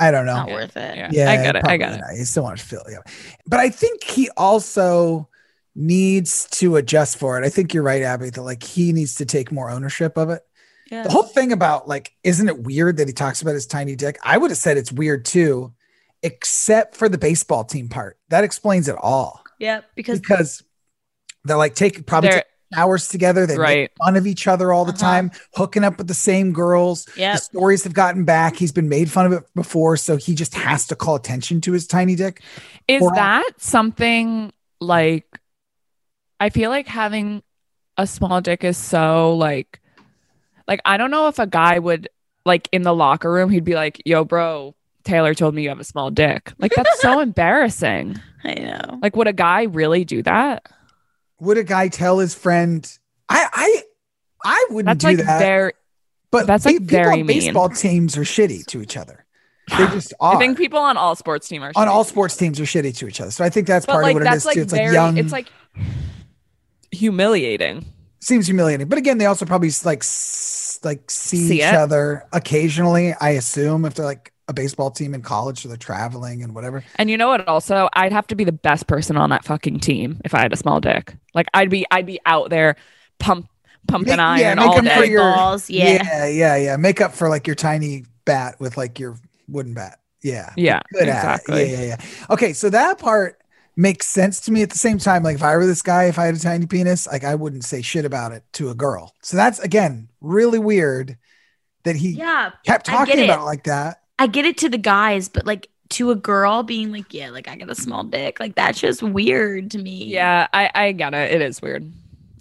Speaker 8: I don't know.
Speaker 6: not worth it
Speaker 7: Yeah.
Speaker 8: Yeah,
Speaker 7: I got it. I
Speaker 8: probably
Speaker 7: got it.
Speaker 8: not. He still wants to feel. Yeah, but I think he also needs to adjust for it. I think you're right, Abby. That like he needs to take more ownership of it.
Speaker 6: Yeah.
Speaker 8: The whole thing about like, isn't it weird that he talks about his tiny dick? I would have said it's weird too, except for the baseball team part. That explains it all
Speaker 6: Yep, because
Speaker 8: because they're like take probably
Speaker 7: They're-
Speaker 8: take hours together. They
Speaker 7: Right.
Speaker 8: make fun of each other all the
Speaker 6: Uh-huh.
Speaker 8: time, hooking up with the same girls.
Speaker 6: yep,
Speaker 8: The stories have gotten back. He's been made fun of it before, so he just has to call attention to his tiny dick.
Speaker 7: Is
Speaker 8: Or-
Speaker 7: that something like I feel like having a small dick is so like like I don't know if a guy would like in the locker room he'd be like, "Yo bro, Taylor told me you have a small dick." Like that's
Speaker 8: <laughs>
Speaker 7: so embarrassing.
Speaker 6: I know.
Speaker 7: Like would a guy really do that?
Speaker 8: Would a guy tell his friend? I I I wouldn't
Speaker 7: That's
Speaker 8: do
Speaker 7: like
Speaker 8: that.
Speaker 7: very
Speaker 8: but
Speaker 7: that's,
Speaker 8: pe-
Speaker 7: like,
Speaker 8: people
Speaker 7: very mean.
Speaker 8: on baseball teams are shitty to each other. They just
Speaker 7: <laughs>
Speaker 8: are.
Speaker 7: I think people on all sports team are
Speaker 8: on
Speaker 7: shitty.
Speaker 8: all sports teams are shitty to each other. So I think that's
Speaker 7: but
Speaker 8: part
Speaker 7: like
Speaker 8: of what it
Speaker 7: that's
Speaker 8: is
Speaker 7: like
Speaker 8: too. It's
Speaker 7: very
Speaker 8: like young.
Speaker 7: it's like <sighs> humiliating.
Speaker 8: seems humiliating. But again, they also probably like s- like see,
Speaker 7: See
Speaker 8: each
Speaker 7: it.
Speaker 8: other occasionally. I assume if they're like a baseball team in college, so they're traveling and whatever.
Speaker 7: And you know what? Also, I'd have to be the best person on that fucking team if I had a small dick. Like I'd be, I'd be out there, pump, pumping
Speaker 8: Make- yeah,
Speaker 7: iron
Speaker 8: make
Speaker 7: all
Speaker 8: them for
Speaker 7: day.
Speaker 8: your-
Speaker 6: balls. Yeah.
Speaker 8: yeah, yeah, yeah. Make up for like your tiny bat with like your wooden bat. Yeah,
Speaker 7: yeah,
Speaker 8: good at
Speaker 7: exactly.
Speaker 8: it. Yeah, yeah, yeah. Okay, so that part makes sense to me. At the same time, like if I were this guy, if I had a tiny penis, like I wouldn't say shit about it to a girl. So that's again really weird that he
Speaker 6: Yeah.
Speaker 8: kept
Speaker 6: I get
Speaker 8: talking
Speaker 6: it.
Speaker 8: about it like that.
Speaker 6: I get it to the guys, but like to a girl being like, yeah, like I got a small dick. Like that's just weird to me.
Speaker 7: Yeah, I, I get it. It is weird.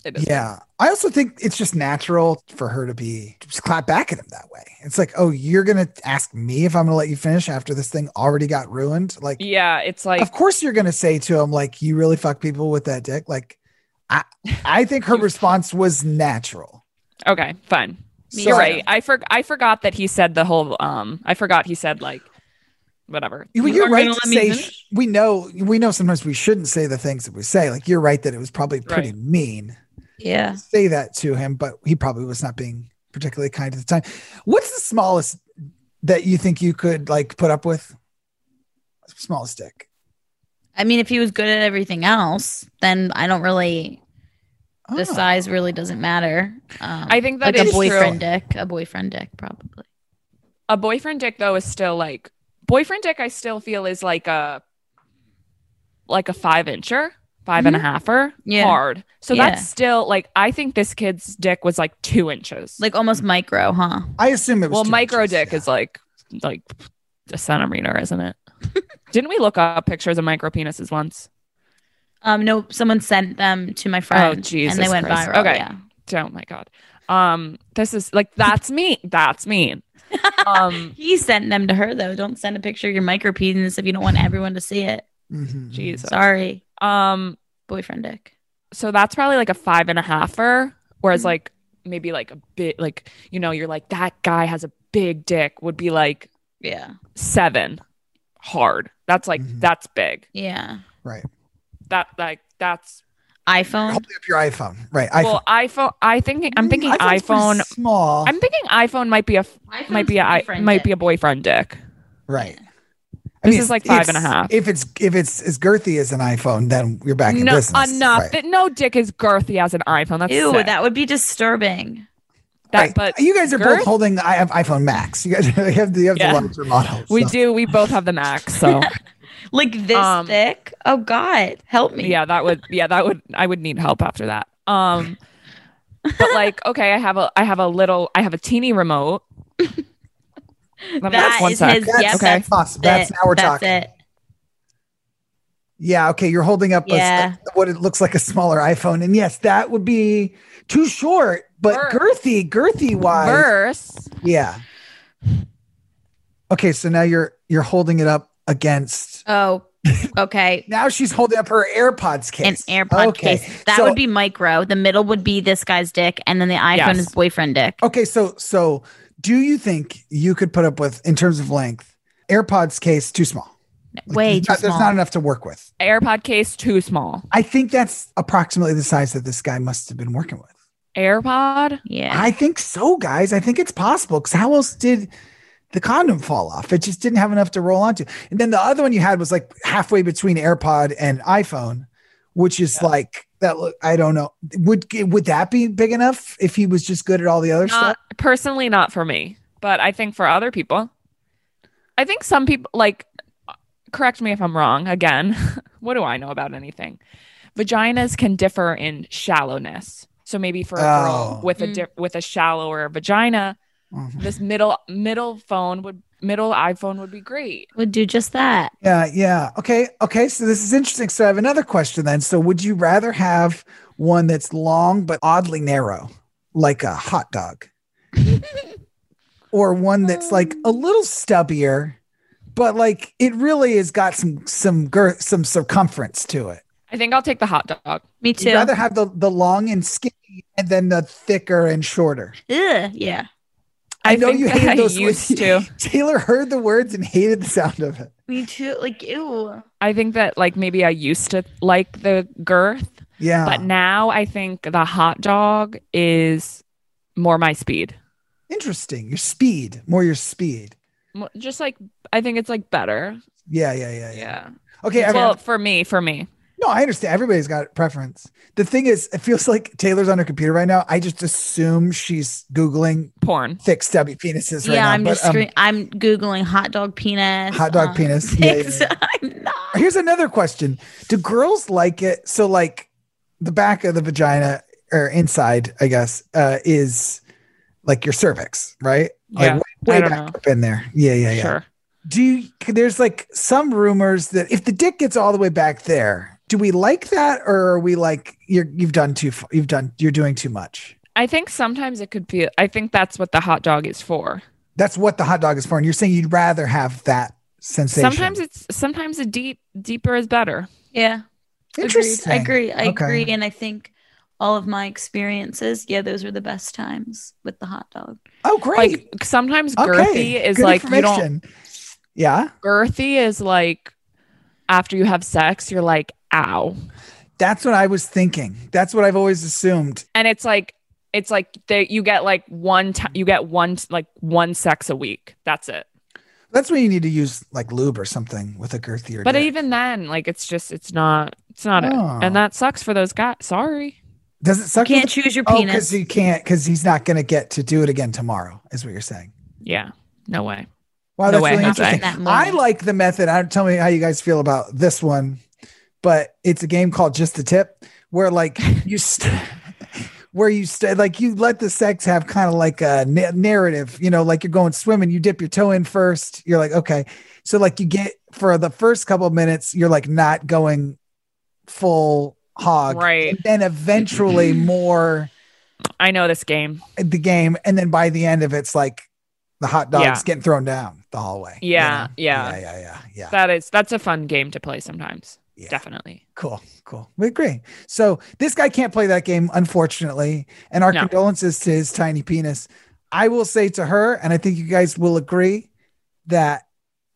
Speaker 7: It is. weird.
Speaker 8: Yeah. I also think it's just natural for her to be just clap back at him that way. It's like, oh, you're gonna ask me if I'm gonna let you finish after this thing already got ruined. Like,
Speaker 7: Yeah, it's like
Speaker 8: of course you're gonna say to him like, you really fuck people with that dick. Like, I I think
Speaker 7: <laughs>
Speaker 8: her response was natural.
Speaker 7: okay, fine.
Speaker 6: Me
Speaker 7: You're
Speaker 6: too.
Speaker 7: right. I for, I forgot that he said the whole um. I forgot he said like, whatever.
Speaker 8: You-
Speaker 7: You
Speaker 8: you're
Speaker 7: are
Speaker 8: right
Speaker 7: gonna
Speaker 8: to
Speaker 7: let me
Speaker 8: say
Speaker 7: finish?
Speaker 8: sh- we know we know sometimes we shouldn't say the things that we say. Like you're right that it was probably pretty mean.
Speaker 6: Yeah.
Speaker 8: Say that to him, but he probably was not being particularly kind at the time. What's the smallest that you think you could like put up with? Smallest dick.
Speaker 6: I mean, if he was good at everything else, then I don't really.
Speaker 8: Oh.
Speaker 6: The size really doesn't matter. Um,
Speaker 7: I think that
Speaker 6: like
Speaker 7: is
Speaker 6: a boyfriend
Speaker 7: true.
Speaker 6: dick, a boyfriend dick, probably.
Speaker 7: A boyfriend dick though is still like boyfriend dick. I still feel is like a like a five incher, five and a halfer,
Speaker 6: Mm-hmm. Yeah.
Speaker 7: hard. So
Speaker 6: Yeah.
Speaker 7: that's still like I think this kid's dick was like two inches.
Speaker 6: Like almost micro, huh?
Speaker 8: I assume it was
Speaker 7: well,
Speaker 8: two
Speaker 7: micro
Speaker 8: inches,
Speaker 7: dick
Speaker 8: yeah.
Speaker 7: is like like a centimeter, isn't it? <laughs> Didn't we look up pictures of micro penises once?
Speaker 6: Um, no, someone sent them to my friend,
Speaker 7: Oh, Jesus
Speaker 6: and they went
Speaker 7: Christ.
Speaker 6: viral.
Speaker 7: Okay.
Speaker 6: yeah.
Speaker 7: Oh my god. Um, this is like that's me. That's
Speaker 6: <laughs>
Speaker 7: mean. Um,
Speaker 6: He sent them to her though. Don't send a picture of your micro penis if you don't want everyone to see it.
Speaker 8: Mhm.
Speaker 7: Jesus.
Speaker 6: Sorry,
Speaker 7: Um,
Speaker 6: boyfriend dick.
Speaker 7: so that's probably like a five and a halfer, whereas
Speaker 6: Mhm.
Speaker 8: Mm-hmm.
Speaker 7: like maybe like a bit like you know you're like that guy has a big dick would be like
Speaker 6: Yeah,
Speaker 7: seven, hard. That's like
Speaker 8: Mhm.
Speaker 7: that's big.
Speaker 6: yeah.
Speaker 7: That like that's
Speaker 6: iPhone.
Speaker 8: Holding up your iPhone, right? iPhone. Mm-hmm.
Speaker 7: well iPhone. I think
Speaker 8: Mm,
Speaker 7: I'm thinking
Speaker 8: iPhone's pretty
Speaker 7: iPhone.
Speaker 8: small,
Speaker 7: I'm thinking iPhone might be a f- might be a I- might be a boyfriend dick.
Speaker 8: right?
Speaker 7: This is like
Speaker 8: five
Speaker 7: five
Speaker 8: and a
Speaker 7: and a half.
Speaker 8: If it's if it's as girthy as an iPhone, then you're back in
Speaker 7: No,
Speaker 8: business.
Speaker 7: enough
Speaker 8: right.
Speaker 7: that no dick is girthy as an iPhone. That's
Speaker 6: Ew,
Speaker 7: sick.
Speaker 6: that would be disturbing.
Speaker 7: That-
Speaker 8: Right.
Speaker 7: But
Speaker 8: you guys are both
Speaker 7: girth?
Speaker 8: holding. I have iPhone Max. You guys <laughs> have the you have
Speaker 7: Yeah.
Speaker 8: the larger model.
Speaker 7: we
Speaker 8: so.
Speaker 7: do. We both have the Mac,
Speaker 8: <laughs>
Speaker 7: so
Speaker 6: Like this
Speaker 7: Um,
Speaker 6: thick? Oh God, help me.
Speaker 7: yeah, that would yeah that would I would need help after that. Um, but like okay, I have a I have a little I have a
Speaker 6: <laughs>
Speaker 7: teeny remote. Let me-
Speaker 6: That
Speaker 7: one
Speaker 6: is
Speaker 7: sec.
Speaker 6: his-
Speaker 8: That's,
Speaker 6: yep,
Speaker 8: okay.
Speaker 6: that's
Speaker 8: awesome. That's
Speaker 6: it.
Speaker 8: now we're
Speaker 6: That's
Speaker 8: talking.
Speaker 6: it.
Speaker 8: Yeah. Okay. You're holding up a s-
Speaker 6: Yeah.
Speaker 8: what it looks like a smaller iPhone, and yes, that would be too short, but
Speaker 7: Ver-
Speaker 8: girthy, girthy wise.
Speaker 7: Verse.
Speaker 8: Yeah. Okay. So now you're you're holding it up against.
Speaker 6: Oh,
Speaker 8: <laughs>
Speaker 6: okay.
Speaker 8: Now she's holding up her AirPods
Speaker 6: An
Speaker 8: case.
Speaker 6: AirPod
Speaker 8: okay.
Speaker 6: case. That
Speaker 8: so-
Speaker 6: would be micro. The middle would be this guy's dick, and then the iPhone
Speaker 7: Yes.
Speaker 6: is boyfriend dick.
Speaker 8: Okay, so so do you think you could put up with in terms of length? AirPods case too small. Like,
Speaker 6: Way
Speaker 8: there's
Speaker 6: too
Speaker 8: not-
Speaker 6: small.
Speaker 8: There's not enough to work with.
Speaker 7: AirPod case too small.
Speaker 8: I think that's approximately the size that this guy must have been working with.
Speaker 7: AirPod.
Speaker 6: yeah.
Speaker 8: I think so, guys. I think it's possible because how else did the condom fall off? It just didn't have enough to roll onto. And then the other one you had was like halfway between AirPod and iPhone, which is like that. Look, I don't know. Would would that be big enough if he was just good at all the other stuff?
Speaker 7: Not, personally, not for me, but I think for other people. I think some people like. Correct me if I'm wrong. Again, <laughs> what do I know about anything? Vaginas can differ in shallowness. So maybe for a
Speaker 8: Oh.
Speaker 7: girl with a
Speaker 6: Mm.
Speaker 7: di- with a shallower vagina,
Speaker 8: Mhm.
Speaker 7: this middle middle phone would middle iPhone would be great.
Speaker 6: would do just that.
Speaker 8: Yeah, yeah. Okay, okay. So this is interesting. So I have another question then. So would you rather have one that's long but oddly narrow, like a hot dog, or one that's like a
Speaker 7: Um.
Speaker 8: little stubbier, but like it really has got some some girth, some circumference to it?
Speaker 7: I think I'll take the hot dog.
Speaker 6: Me
Speaker 8: You'd
Speaker 6: too.
Speaker 8: rather have the the long and skinny, and then the thicker and shorter.
Speaker 6: Ugh, yeah.
Speaker 8: I, know
Speaker 7: think
Speaker 8: you
Speaker 7: that I
Speaker 8: hated those
Speaker 7: used
Speaker 8: words.
Speaker 7: to.
Speaker 8: <laughs> Taylor heard the words and hated the sound of it.
Speaker 6: Me too. Like, ew.
Speaker 7: I think that like maybe I used to like the girth,
Speaker 8: Yeah.
Speaker 7: but now I think the hot dog is more my speed.
Speaker 8: Interesting. Your speed, more your speed.
Speaker 7: Mo- Just like I think it's like better.
Speaker 8: Yeah, yeah, yeah, yeah.
Speaker 7: Yeah.
Speaker 8: Okay, everyone,
Speaker 7: Well, for me, for me.
Speaker 8: No, I understand. Everybody's got preference. The thing is, it feels like Taylor's on her computer right now. I just assume she's Googling
Speaker 7: Porn.
Speaker 8: thick, stubby penises right
Speaker 6: yeah,
Speaker 8: now.
Speaker 6: I'm
Speaker 8: but,
Speaker 6: just
Speaker 8: um,
Speaker 6: screen- I'm googling hot dog penis.
Speaker 8: Hot dog
Speaker 6: on <laughs>
Speaker 8: penis. Yeah, yeah,
Speaker 6: pics.
Speaker 8: yeah.
Speaker 6: I'm not.
Speaker 8: Here's another question Do girls like it? So, like, the back of the vagina or inside, I guess, uh, is like your cervix, right?
Speaker 7: Yeah,
Speaker 8: Like,
Speaker 7: I
Speaker 8: way, way
Speaker 7: don't
Speaker 8: back
Speaker 7: know.
Speaker 8: up in there. Yeah, yeah, yeah.
Speaker 7: Sure.
Speaker 8: Do you, there's like some rumors that if the dick gets all the way back there, do we like that, or are we like you're you've done too f- you've done you're doing too much?
Speaker 7: I think sometimes it could be. I think that's what the hot dog is for.
Speaker 8: That's what the hot dog is for, and you're saying you'd rather have that sensation.
Speaker 7: Sometimes it's sometimes a deep deeper is better.
Speaker 6: Yeah.
Speaker 8: interesting.
Speaker 6: I agree. I
Speaker 8: Okay.
Speaker 6: agree. And I think all of my experiences, yeah, those were the best times with the hot dog.
Speaker 8: Oh, great.
Speaker 7: Like sometimes girthy
Speaker 8: okay.
Speaker 7: is
Speaker 8: Good
Speaker 7: like you don't
Speaker 8: information. Yeah,
Speaker 7: girthy is like after you have sex, you're like ow,
Speaker 8: that's what I was thinking. That's what I've always assumed.
Speaker 7: and it's like it's like they, you get like one time you get one like one sex a week. That's it.
Speaker 8: That's when you need to use like lube or something with a girthier.
Speaker 7: But
Speaker 8: dick.
Speaker 7: even then, like it's just it's not it's not
Speaker 8: Oh.
Speaker 7: it, and that sucks for those guys. Sorry.
Speaker 8: does it
Speaker 6: You
Speaker 8: suck? with
Speaker 6: can't
Speaker 8: the-
Speaker 6: choose your
Speaker 8: Oh,
Speaker 6: penis.
Speaker 8: because he can't, because he's not going to get to do it again tomorrow. Is what you're saying.
Speaker 7: Yeah. No way. No
Speaker 8: Wow, that's
Speaker 7: way,
Speaker 8: really
Speaker 7: no
Speaker 8: interesting.
Speaker 6: way. That
Speaker 8: I
Speaker 6: moment.
Speaker 8: like the method. I tell me how you guys feel about this one, but it's a game called Just the Tip, where
Speaker 7: <laughs>
Speaker 8: like you, st- where you st- like you let the sex have kind of like a na- narrative. You know, like you're going swimming, you dip your toe in first. You're like, okay, so like you get for the first couple of minutes, you're like not going full hog,
Speaker 7: Right.
Speaker 8: And
Speaker 7: <clears throat>
Speaker 8: then eventually more
Speaker 7: I know this game.
Speaker 8: the game, and then by the end of it's like the hot dog's
Speaker 7: Yeah.
Speaker 8: getting thrown down the hallway. you
Speaker 7: Yeah,
Speaker 8: know?
Speaker 7: yeah.
Speaker 8: yeah, yeah, yeah, yeah.
Speaker 7: That is that's a fun game to play sometimes.
Speaker 8: Yeah.
Speaker 7: Definitely.
Speaker 8: Cool, cool. We agree. So this guy can't play that game, unfortunately. And our
Speaker 7: No.
Speaker 8: condolences to his tiny penis. I will say to her, and I think you guys will agree that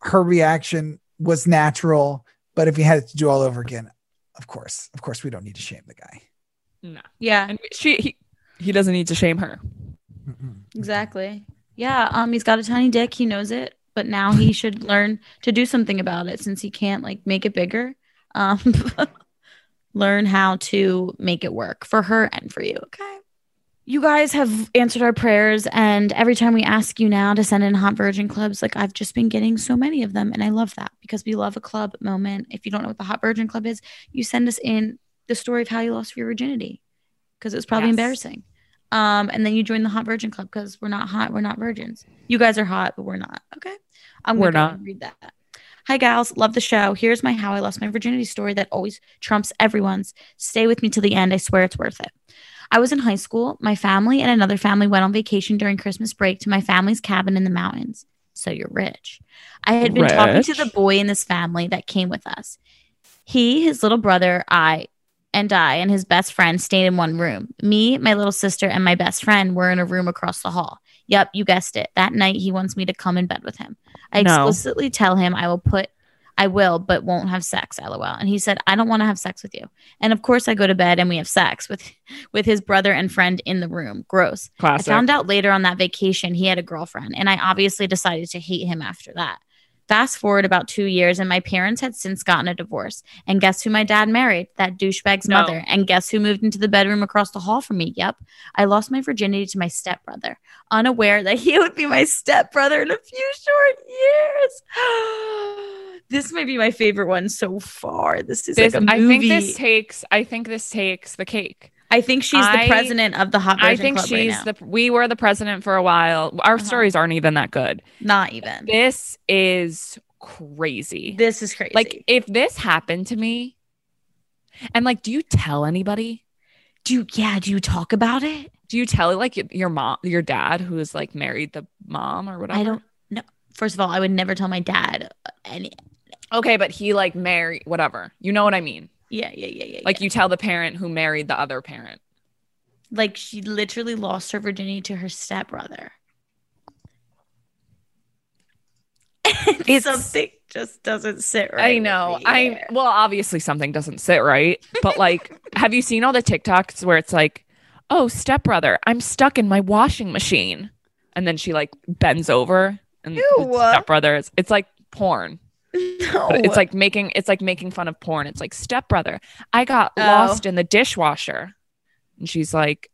Speaker 8: her reaction was natural. But if you had it to do all over again, of course, of course, we don't need to shame the guy.
Speaker 7: No.
Speaker 6: Yeah,
Speaker 7: And she he, he doesn't need to shame her.
Speaker 8: Mm-mm.
Speaker 6: exactly. Yeah. Um, he's got a tiny dick. He knows it, but now
Speaker 8: <laughs>
Speaker 6: he should learn to do something about it since he can't like make it bigger. Um, <laughs> learn how to make it work for her and for you. Okay. You guys have answered our prayers, and every time we ask you now to send in hot virgin clubs, like I've just been getting so many of them, and I love that because we love a club moment. If you don't know what the hot virgin club is, you send us in the story of how you lost your virginity because it was probably
Speaker 7: Yes.
Speaker 6: embarrassing. Um, and then you join the hot virgin club because we're not hot, we're not virgins. You guys are hot, but we're not. Okay, I'm
Speaker 7: We're
Speaker 6: gonna go
Speaker 7: not.
Speaker 6: and read that. Hi gals, love the show. Here's my how I lost my virginity story that always trumps everyone's. Stay with me till the end. I swear it's worth it. I was in high school. My family and another family went on vacation during Christmas break to my family's cabin in the mountains. So you're rich. I had been talking to
Speaker 7: Rich.
Speaker 6: the boy in this family that came with us. He, his little brother, I, and I, and his best friend stayed in one room. Me, my little sister, and my best friend were in a room across the hall. Yep, you guessed it. That night, he wants me to come in bed with him. I
Speaker 7: No.
Speaker 6: explicitly tell him I will put, I will, but won't have sex. LOL. And he said, I don't want to have sex with you. And of course, I go to bed and we have sex with <laughs> with his brother and friend in the room. Gross.
Speaker 7: Classic.
Speaker 6: I found out later on that vacation he had a girlfriend, and I obviously decided to hate him after that. Fast forward about two years, and my parents had since gotten a divorce. And guess who my dad married? That douchebag's
Speaker 7: No.
Speaker 6: mother. And guess who moved into the bedroom across the hall from me? Yep. I lost my virginity to my stepbrother, unaware that he would be my stepbrother in a few short years. <gasps> this might be my favorite one so far. This is
Speaker 7: this,
Speaker 6: like a
Speaker 7: I
Speaker 6: movie.
Speaker 7: think this takes I think this takes the cake.
Speaker 6: I think she's
Speaker 7: I-
Speaker 6: the president of the Hot Virgin
Speaker 7: I think
Speaker 6: Club right
Speaker 7: she's
Speaker 6: now.
Speaker 7: the we were the president for a while. Our
Speaker 6: Uh-huh.
Speaker 7: stories aren't even that good.
Speaker 6: Not even.
Speaker 7: This is crazy.
Speaker 6: This is crazy.
Speaker 7: Like if this happened to me and like do you tell anybody?
Speaker 6: do you, yeah, do you talk about it?
Speaker 7: Do you tell like y- your mom, your dad who is like married the mom or whatever?
Speaker 6: I don't know. First of all, I would never tell my dad uh, any.
Speaker 7: Okay, but he like married whatever. You know what I mean?
Speaker 6: Yeah, yeah, yeah, yeah.
Speaker 7: Like
Speaker 6: yeah.
Speaker 7: you tell the parent who married the other parent.
Speaker 6: like she literally lost her virginity to her stepbrother. <laughs> it's, something just doesn't sit right.
Speaker 7: I know.
Speaker 6: with me
Speaker 7: I
Speaker 6: either.
Speaker 7: <laughs> well, obviously something doesn't sit right,
Speaker 6: <laughs>
Speaker 7: but like, have you seen all the TikToks where it's like, "Oh, stepbrother, I'm stuck in my washing machine," and then she like bends over and
Speaker 6: Ew.
Speaker 7: stepbrother is it's like porn.
Speaker 6: No.
Speaker 7: But it's like making it's like making fun of porn. It's like stepbrother, I got
Speaker 6: Oh.
Speaker 7: lost in the dishwasher, and she's like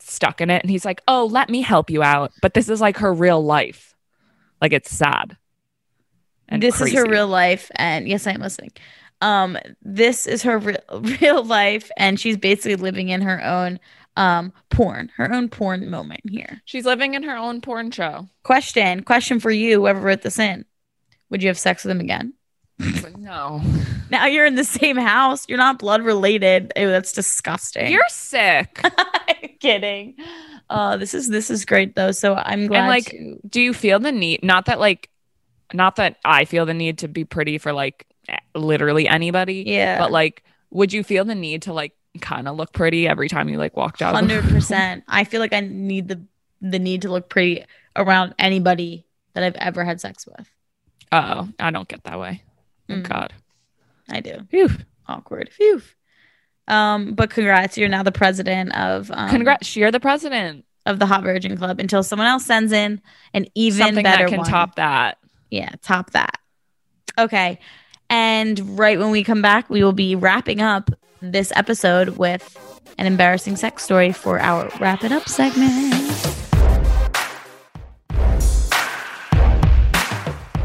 Speaker 7: stuck in it, and he's like, "Oh, let me help you out." But this is like her real life. Like it's sad. and
Speaker 6: this is her
Speaker 7: crazy.
Speaker 6: real life and yes i am listening um this is her real, <laughs> real life and she's basically living in her own um porn her own porn moment here
Speaker 7: She's living in her own porn show.
Speaker 6: question question for you whoever wrote this in would you have sex with him again
Speaker 7: no.
Speaker 6: now you're in the same house you're not blood related Ew, that's disgusting
Speaker 7: You're sick.
Speaker 6: <laughs> i'm kidding uh this is this is great though so i'm glad
Speaker 7: like,
Speaker 6: to-
Speaker 7: Do you feel the need? Not that, like, not that I feel the need to be pretty for, like, eh, literally anybody,
Speaker 6: yeah
Speaker 7: but, like, would you feel the need to, like, kind of look pretty every time you, like, walked out? of the-
Speaker 6: Hundred percent. I feel like I need the the need to look pretty around anybody that I've ever had sex with.
Speaker 7: Oh, I don't get that way. Oh,
Speaker 6: Mm. Um,
Speaker 7: God.
Speaker 6: I do.
Speaker 7: Phew.
Speaker 6: Awkward. Phew. Um, but congrats, you're now the president of um,
Speaker 7: Congrats. You're the president.
Speaker 6: of the Hot Virgin Club until someone else sends in an even
Speaker 7: Something
Speaker 6: better
Speaker 7: that can
Speaker 6: one.
Speaker 7: top that.
Speaker 6: Yeah, top that. Okay. And right when we come back, we will be wrapping up this episode with an embarrassing sex story for our wrap it up segment.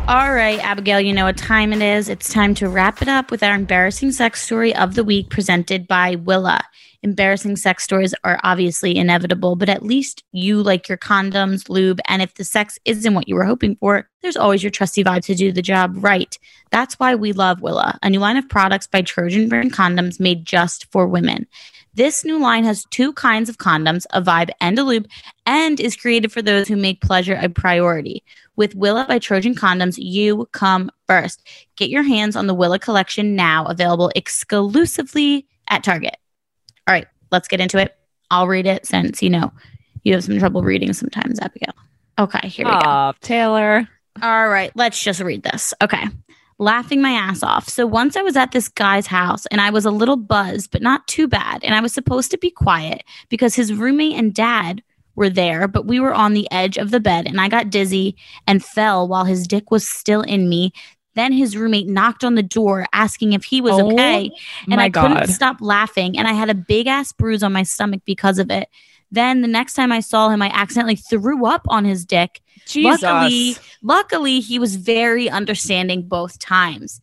Speaker 6: All right, Abigail, you know what time it is. It's time to wrap it up with our embarrassing sex story of the week presented by Willa. Embarrassing sex stories are obviously inevitable, but at least you like your condoms, lube, and if the sex isn't what you were hoping for, there's always your trusty vibe to do the job right. That's why we love Willa, a new line of products by Trojan Brand Condoms made just for women. This new line has two kinds of condoms, a vibe and a lube, and is created for those who make pleasure a priority. With Willa by Trojan Condoms, you come first. Get your hands on the Willa collection now, available exclusively at Target. All right, let's get into it. I'll read it since you know you have some trouble reading sometimes, Abigail. Okay, here we go.
Speaker 7: Aw, Taylor.
Speaker 6: All right, let's just read this. Okay. Laughing my ass off. So once I was at this guy's house and I was a little buzzed, but not too bad. And I was supposed to be quiet because his roommate and dad were there, but we were on the edge of the bed and I got dizzy and fell while his dick was still in me. Then his roommate knocked on the door asking if he was
Speaker 7: Oh
Speaker 6: okay and
Speaker 7: my
Speaker 6: I
Speaker 7: God.
Speaker 6: couldn't stop laughing. And I had a big ass bruise on my stomach because of it. Then the next time I saw him, I accidentally threw up on his dick.
Speaker 7: Jesus.
Speaker 6: Luckily, luckily, he was very understanding both times.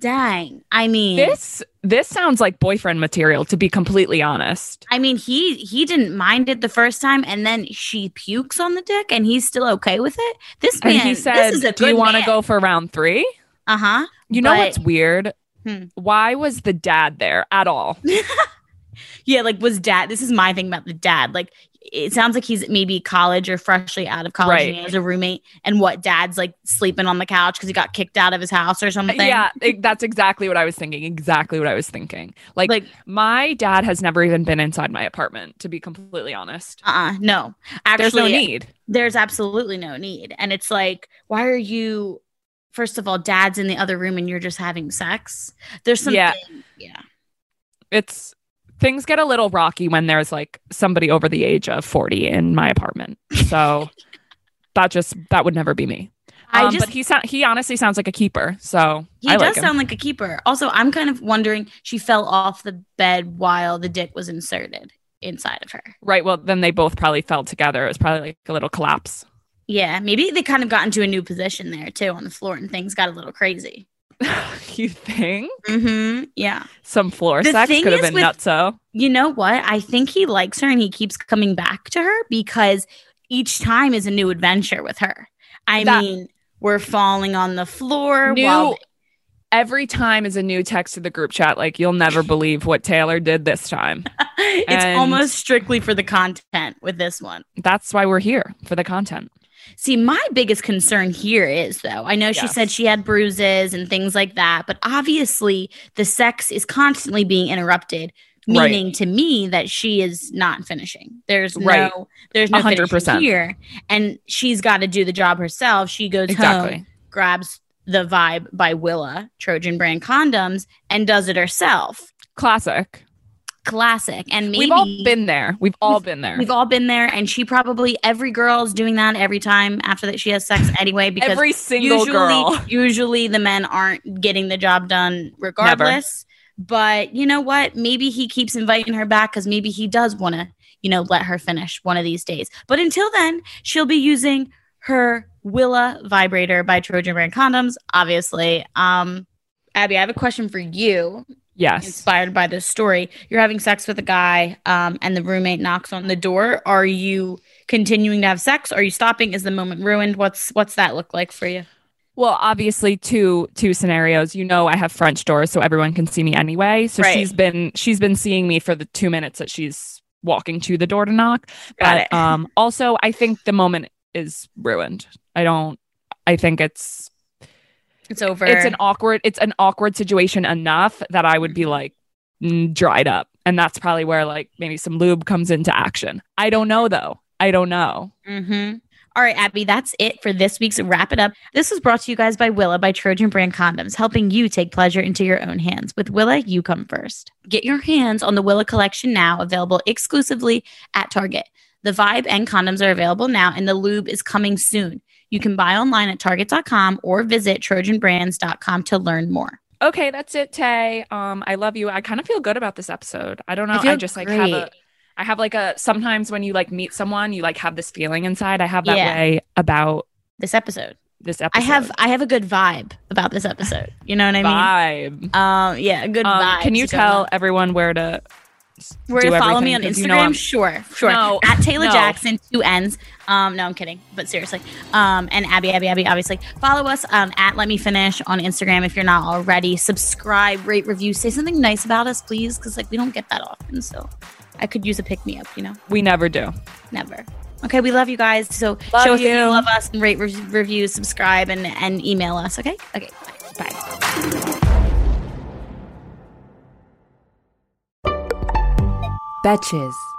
Speaker 6: Dang, I mean,
Speaker 7: This this sounds like boyfriend material to be completely honest.
Speaker 6: I mean, he he didn't mind it the first time, and then she pukes on the dick, and he's still okay with it. This
Speaker 7: And
Speaker 6: man,
Speaker 7: he said,
Speaker 6: this is a
Speaker 7: "Do you want to go for round 3?"
Speaker 6: Uh huh.
Speaker 7: You know
Speaker 6: But-
Speaker 7: what's weird?
Speaker 6: Hmm.
Speaker 7: Why was the dad there at all?
Speaker 6: Yeah, like was dad. This is my thing about the dad. Like, it sounds like he's maybe college or freshly out of college,
Speaker 7: Right.
Speaker 6: and he has a roommate, and what dad's like sleeping on the couch because he got kicked out of his house or something.
Speaker 7: Yeah, it- that's exactly what I was thinking. Exactly what I was thinking. Like,
Speaker 6: Like-
Speaker 7: my dad has never even been inside my apartment, to be completely honest.
Speaker 6: Uh uh no. Actually,
Speaker 7: There's no need.
Speaker 6: there's absolutely no need. And it's like, why are you, first of all, dad's in the other room and you're just having sex? There's something.
Speaker 7: Yeah.
Speaker 6: Yeah.
Speaker 7: It's things get a little rocky when there's like somebody over the age of 40 in my apartment.
Speaker 6: <laughs>
Speaker 7: So that just that would never be me.
Speaker 6: I
Speaker 7: Um,
Speaker 6: just,
Speaker 7: but
Speaker 6: he,
Speaker 7: he sound he honestly sounds like a keeper. So I
Speaker 6: does
Speaker 7: like him.
Speaker 6: sound like a keeper. Also, I'm kind of wondering, she fell off the bed while the dick was inserted inside of her.
Speaker 7: Right. Well, then they both probably fell together. It was probably like a little collapse. <laughs>
Speaker 6: Yeah. Maybe they kind of got into a new position there too on the floor and things got a little crazy.
Speaker 7: you think
Speaker 6: Mm hmm.
Speaker 7: Mm-hmm.
Speaker 6: Yeah.
Speaker 7: some floor
Speaker 6: The
Speaker 7: sex
Speaker 6: thing
Speaker 7: could have
Speaker 6: is
Speaker 7: been
Speaker 6: with-
Speaker 7: nutso?
Speaker 6: you know what? I think he likes her and he keeps coming back to her because each time is a new adventure with her. I
Speaker 7: That-
Speaker 6: mean, we're falling on the floor.
Speaker 7: New-
Speaker 6: while-
Speaker 7: Every time is a new text to the group chat. Like you'll never believe what Taylor did this time.
Speaker 6: <laughs> it's
Speaker 7: and-
Speaker 6: almost strictly for the content with this one.
Speaker 7: That's why we're here for the content.
Speaker 6: See, my biggest concern here is though, I know she
Speaker 7: Yes.
Speaker 6: said she had bruises and things like that, but obviously the sex is constantly being interrupted.
Speaker 7: Right.
Speaker 6: Meaning to me that she is not finishing. There's
Speaker 7: Right.
Speaker 6: no, there's no 100
Speaker 7: 100%.
Speaker 6: here, and she's got to do the job herself. She goes home,
Speaker 7: Exactly.
Speaker 6: grabs the vibe by Willa, Trojan brand condoms, and does it herself.
Speaker 7: Classic.
Speaker 6: Classic. And maybe
Speaker 7: We've all been there. We've all been there.
Speaker 6: We've all been there, and she probably every girl is doing that every time after that she has sex anyway. Because
Speaker 7: Every single
Speaker 6: usually,
Speaker 7: girl. <laughs>
Speaker 6: usually the men aren't getting the job done regardless. But you know what? Maybe he keeps inviting her back because maybe he does want to, you know, let her finish one of these days. But until then, she'll be using her Willa vibrator by Trojan Brand condoms, obviously. Um, Abby, I have a question for you
Speaker 7: Yes.
Speaker 6: inspired by this story. You're having sex with a guy, um, and the roommate knocks on the door. Are you continuing to have sex? Are you stopping? Is the moment ruined? What's what's that look like for you?
Speaker 7: Well, obviously two two scenarios. You know I have French doors so everyone can see me anyway. So
Speaker 6: Right.
Speaker 7: she's been she's been seeing me for the 2 minutes that she's walking to the door to knock.
Speaker 6: Got
Speaker 7: but
Speaker 6: it.
Speaker 7: um also I think the moment is ruined. I don't I think it's
Speaker 6: It's over.
Speaker 7: it's an awkward it's an awkward situation enough that I would be like mm, dried up. And that's probably where like maybe some lube comes into action. I don't know though. I don't know.
Speaker 6: Mhm. All right, Abby, that's it for this week's Wrap It Up. This was brought to you guys by Willa by Trojan Brand Condoms, helping you take pleasure into your own hands. With Willa, you come first. Get your hands on the Willa collection now, available exclusively at Target. The Vibe and condoms are available now, and the lube is coming soon. You can buy online at target.com or visit trojanbrands.com to learn more.
Speaker 7: Okay, that's it, Tay. Um, I love you. I kind of feel good about this episode. I don't know.
Speaker 6: I
Speaker 7: I,
Speaker 6: feel
Speaker 7: just like have a
Speaker 6: great.
Speaker 7: I have like a sometimes when you like meet someone, you like have this feeling inside. I have that
Speaker 6: Yeah.
Speaker 7: way about
Speaker 6: This episode.
Speaker 7: this episode.
Speaker 6: I have I have a good vibe about this episode. You know what I mean?
Speaker 7: vibe.
Speaker 6: Um, yeah, a good
Speaker 7: Um,
Speaker 6: vibe.
Speaker 7: can you tell everyone where to s-
Speaker 6: Where
Speaker 7: do
Speaker 6: to follow me on
Speaker 7: everything? 'Cause
Speaker 6: Instagram?
Speaker 7: you know I'm-
Speaker 6: sure, sure.
Speaker 7: No,
Speaker 6: At Taylor
Speaker 7: no.
Speaker 6: Jackson, two N's. Um, no, I'm kidding, but seriously. Um, and Abby, Abby, Abby, obviously. Follow us um, at Let Me Finish on Instagram if you're not already. Subscribe, rate, review, say something nice about us, please, because like we don't get that often. So I could use a pick me up, you know?
Speaker 7: we never do.
Speaker 6: Never. Okay, we love you guys. So
Speaker 7: Love
Speaker 6: show us that
Speaker 7: you.
Speaker 6: you love us and rate, re- review, subscribe, and and email us. Okay, okay, bye. bye.
Speaker 1: Betches.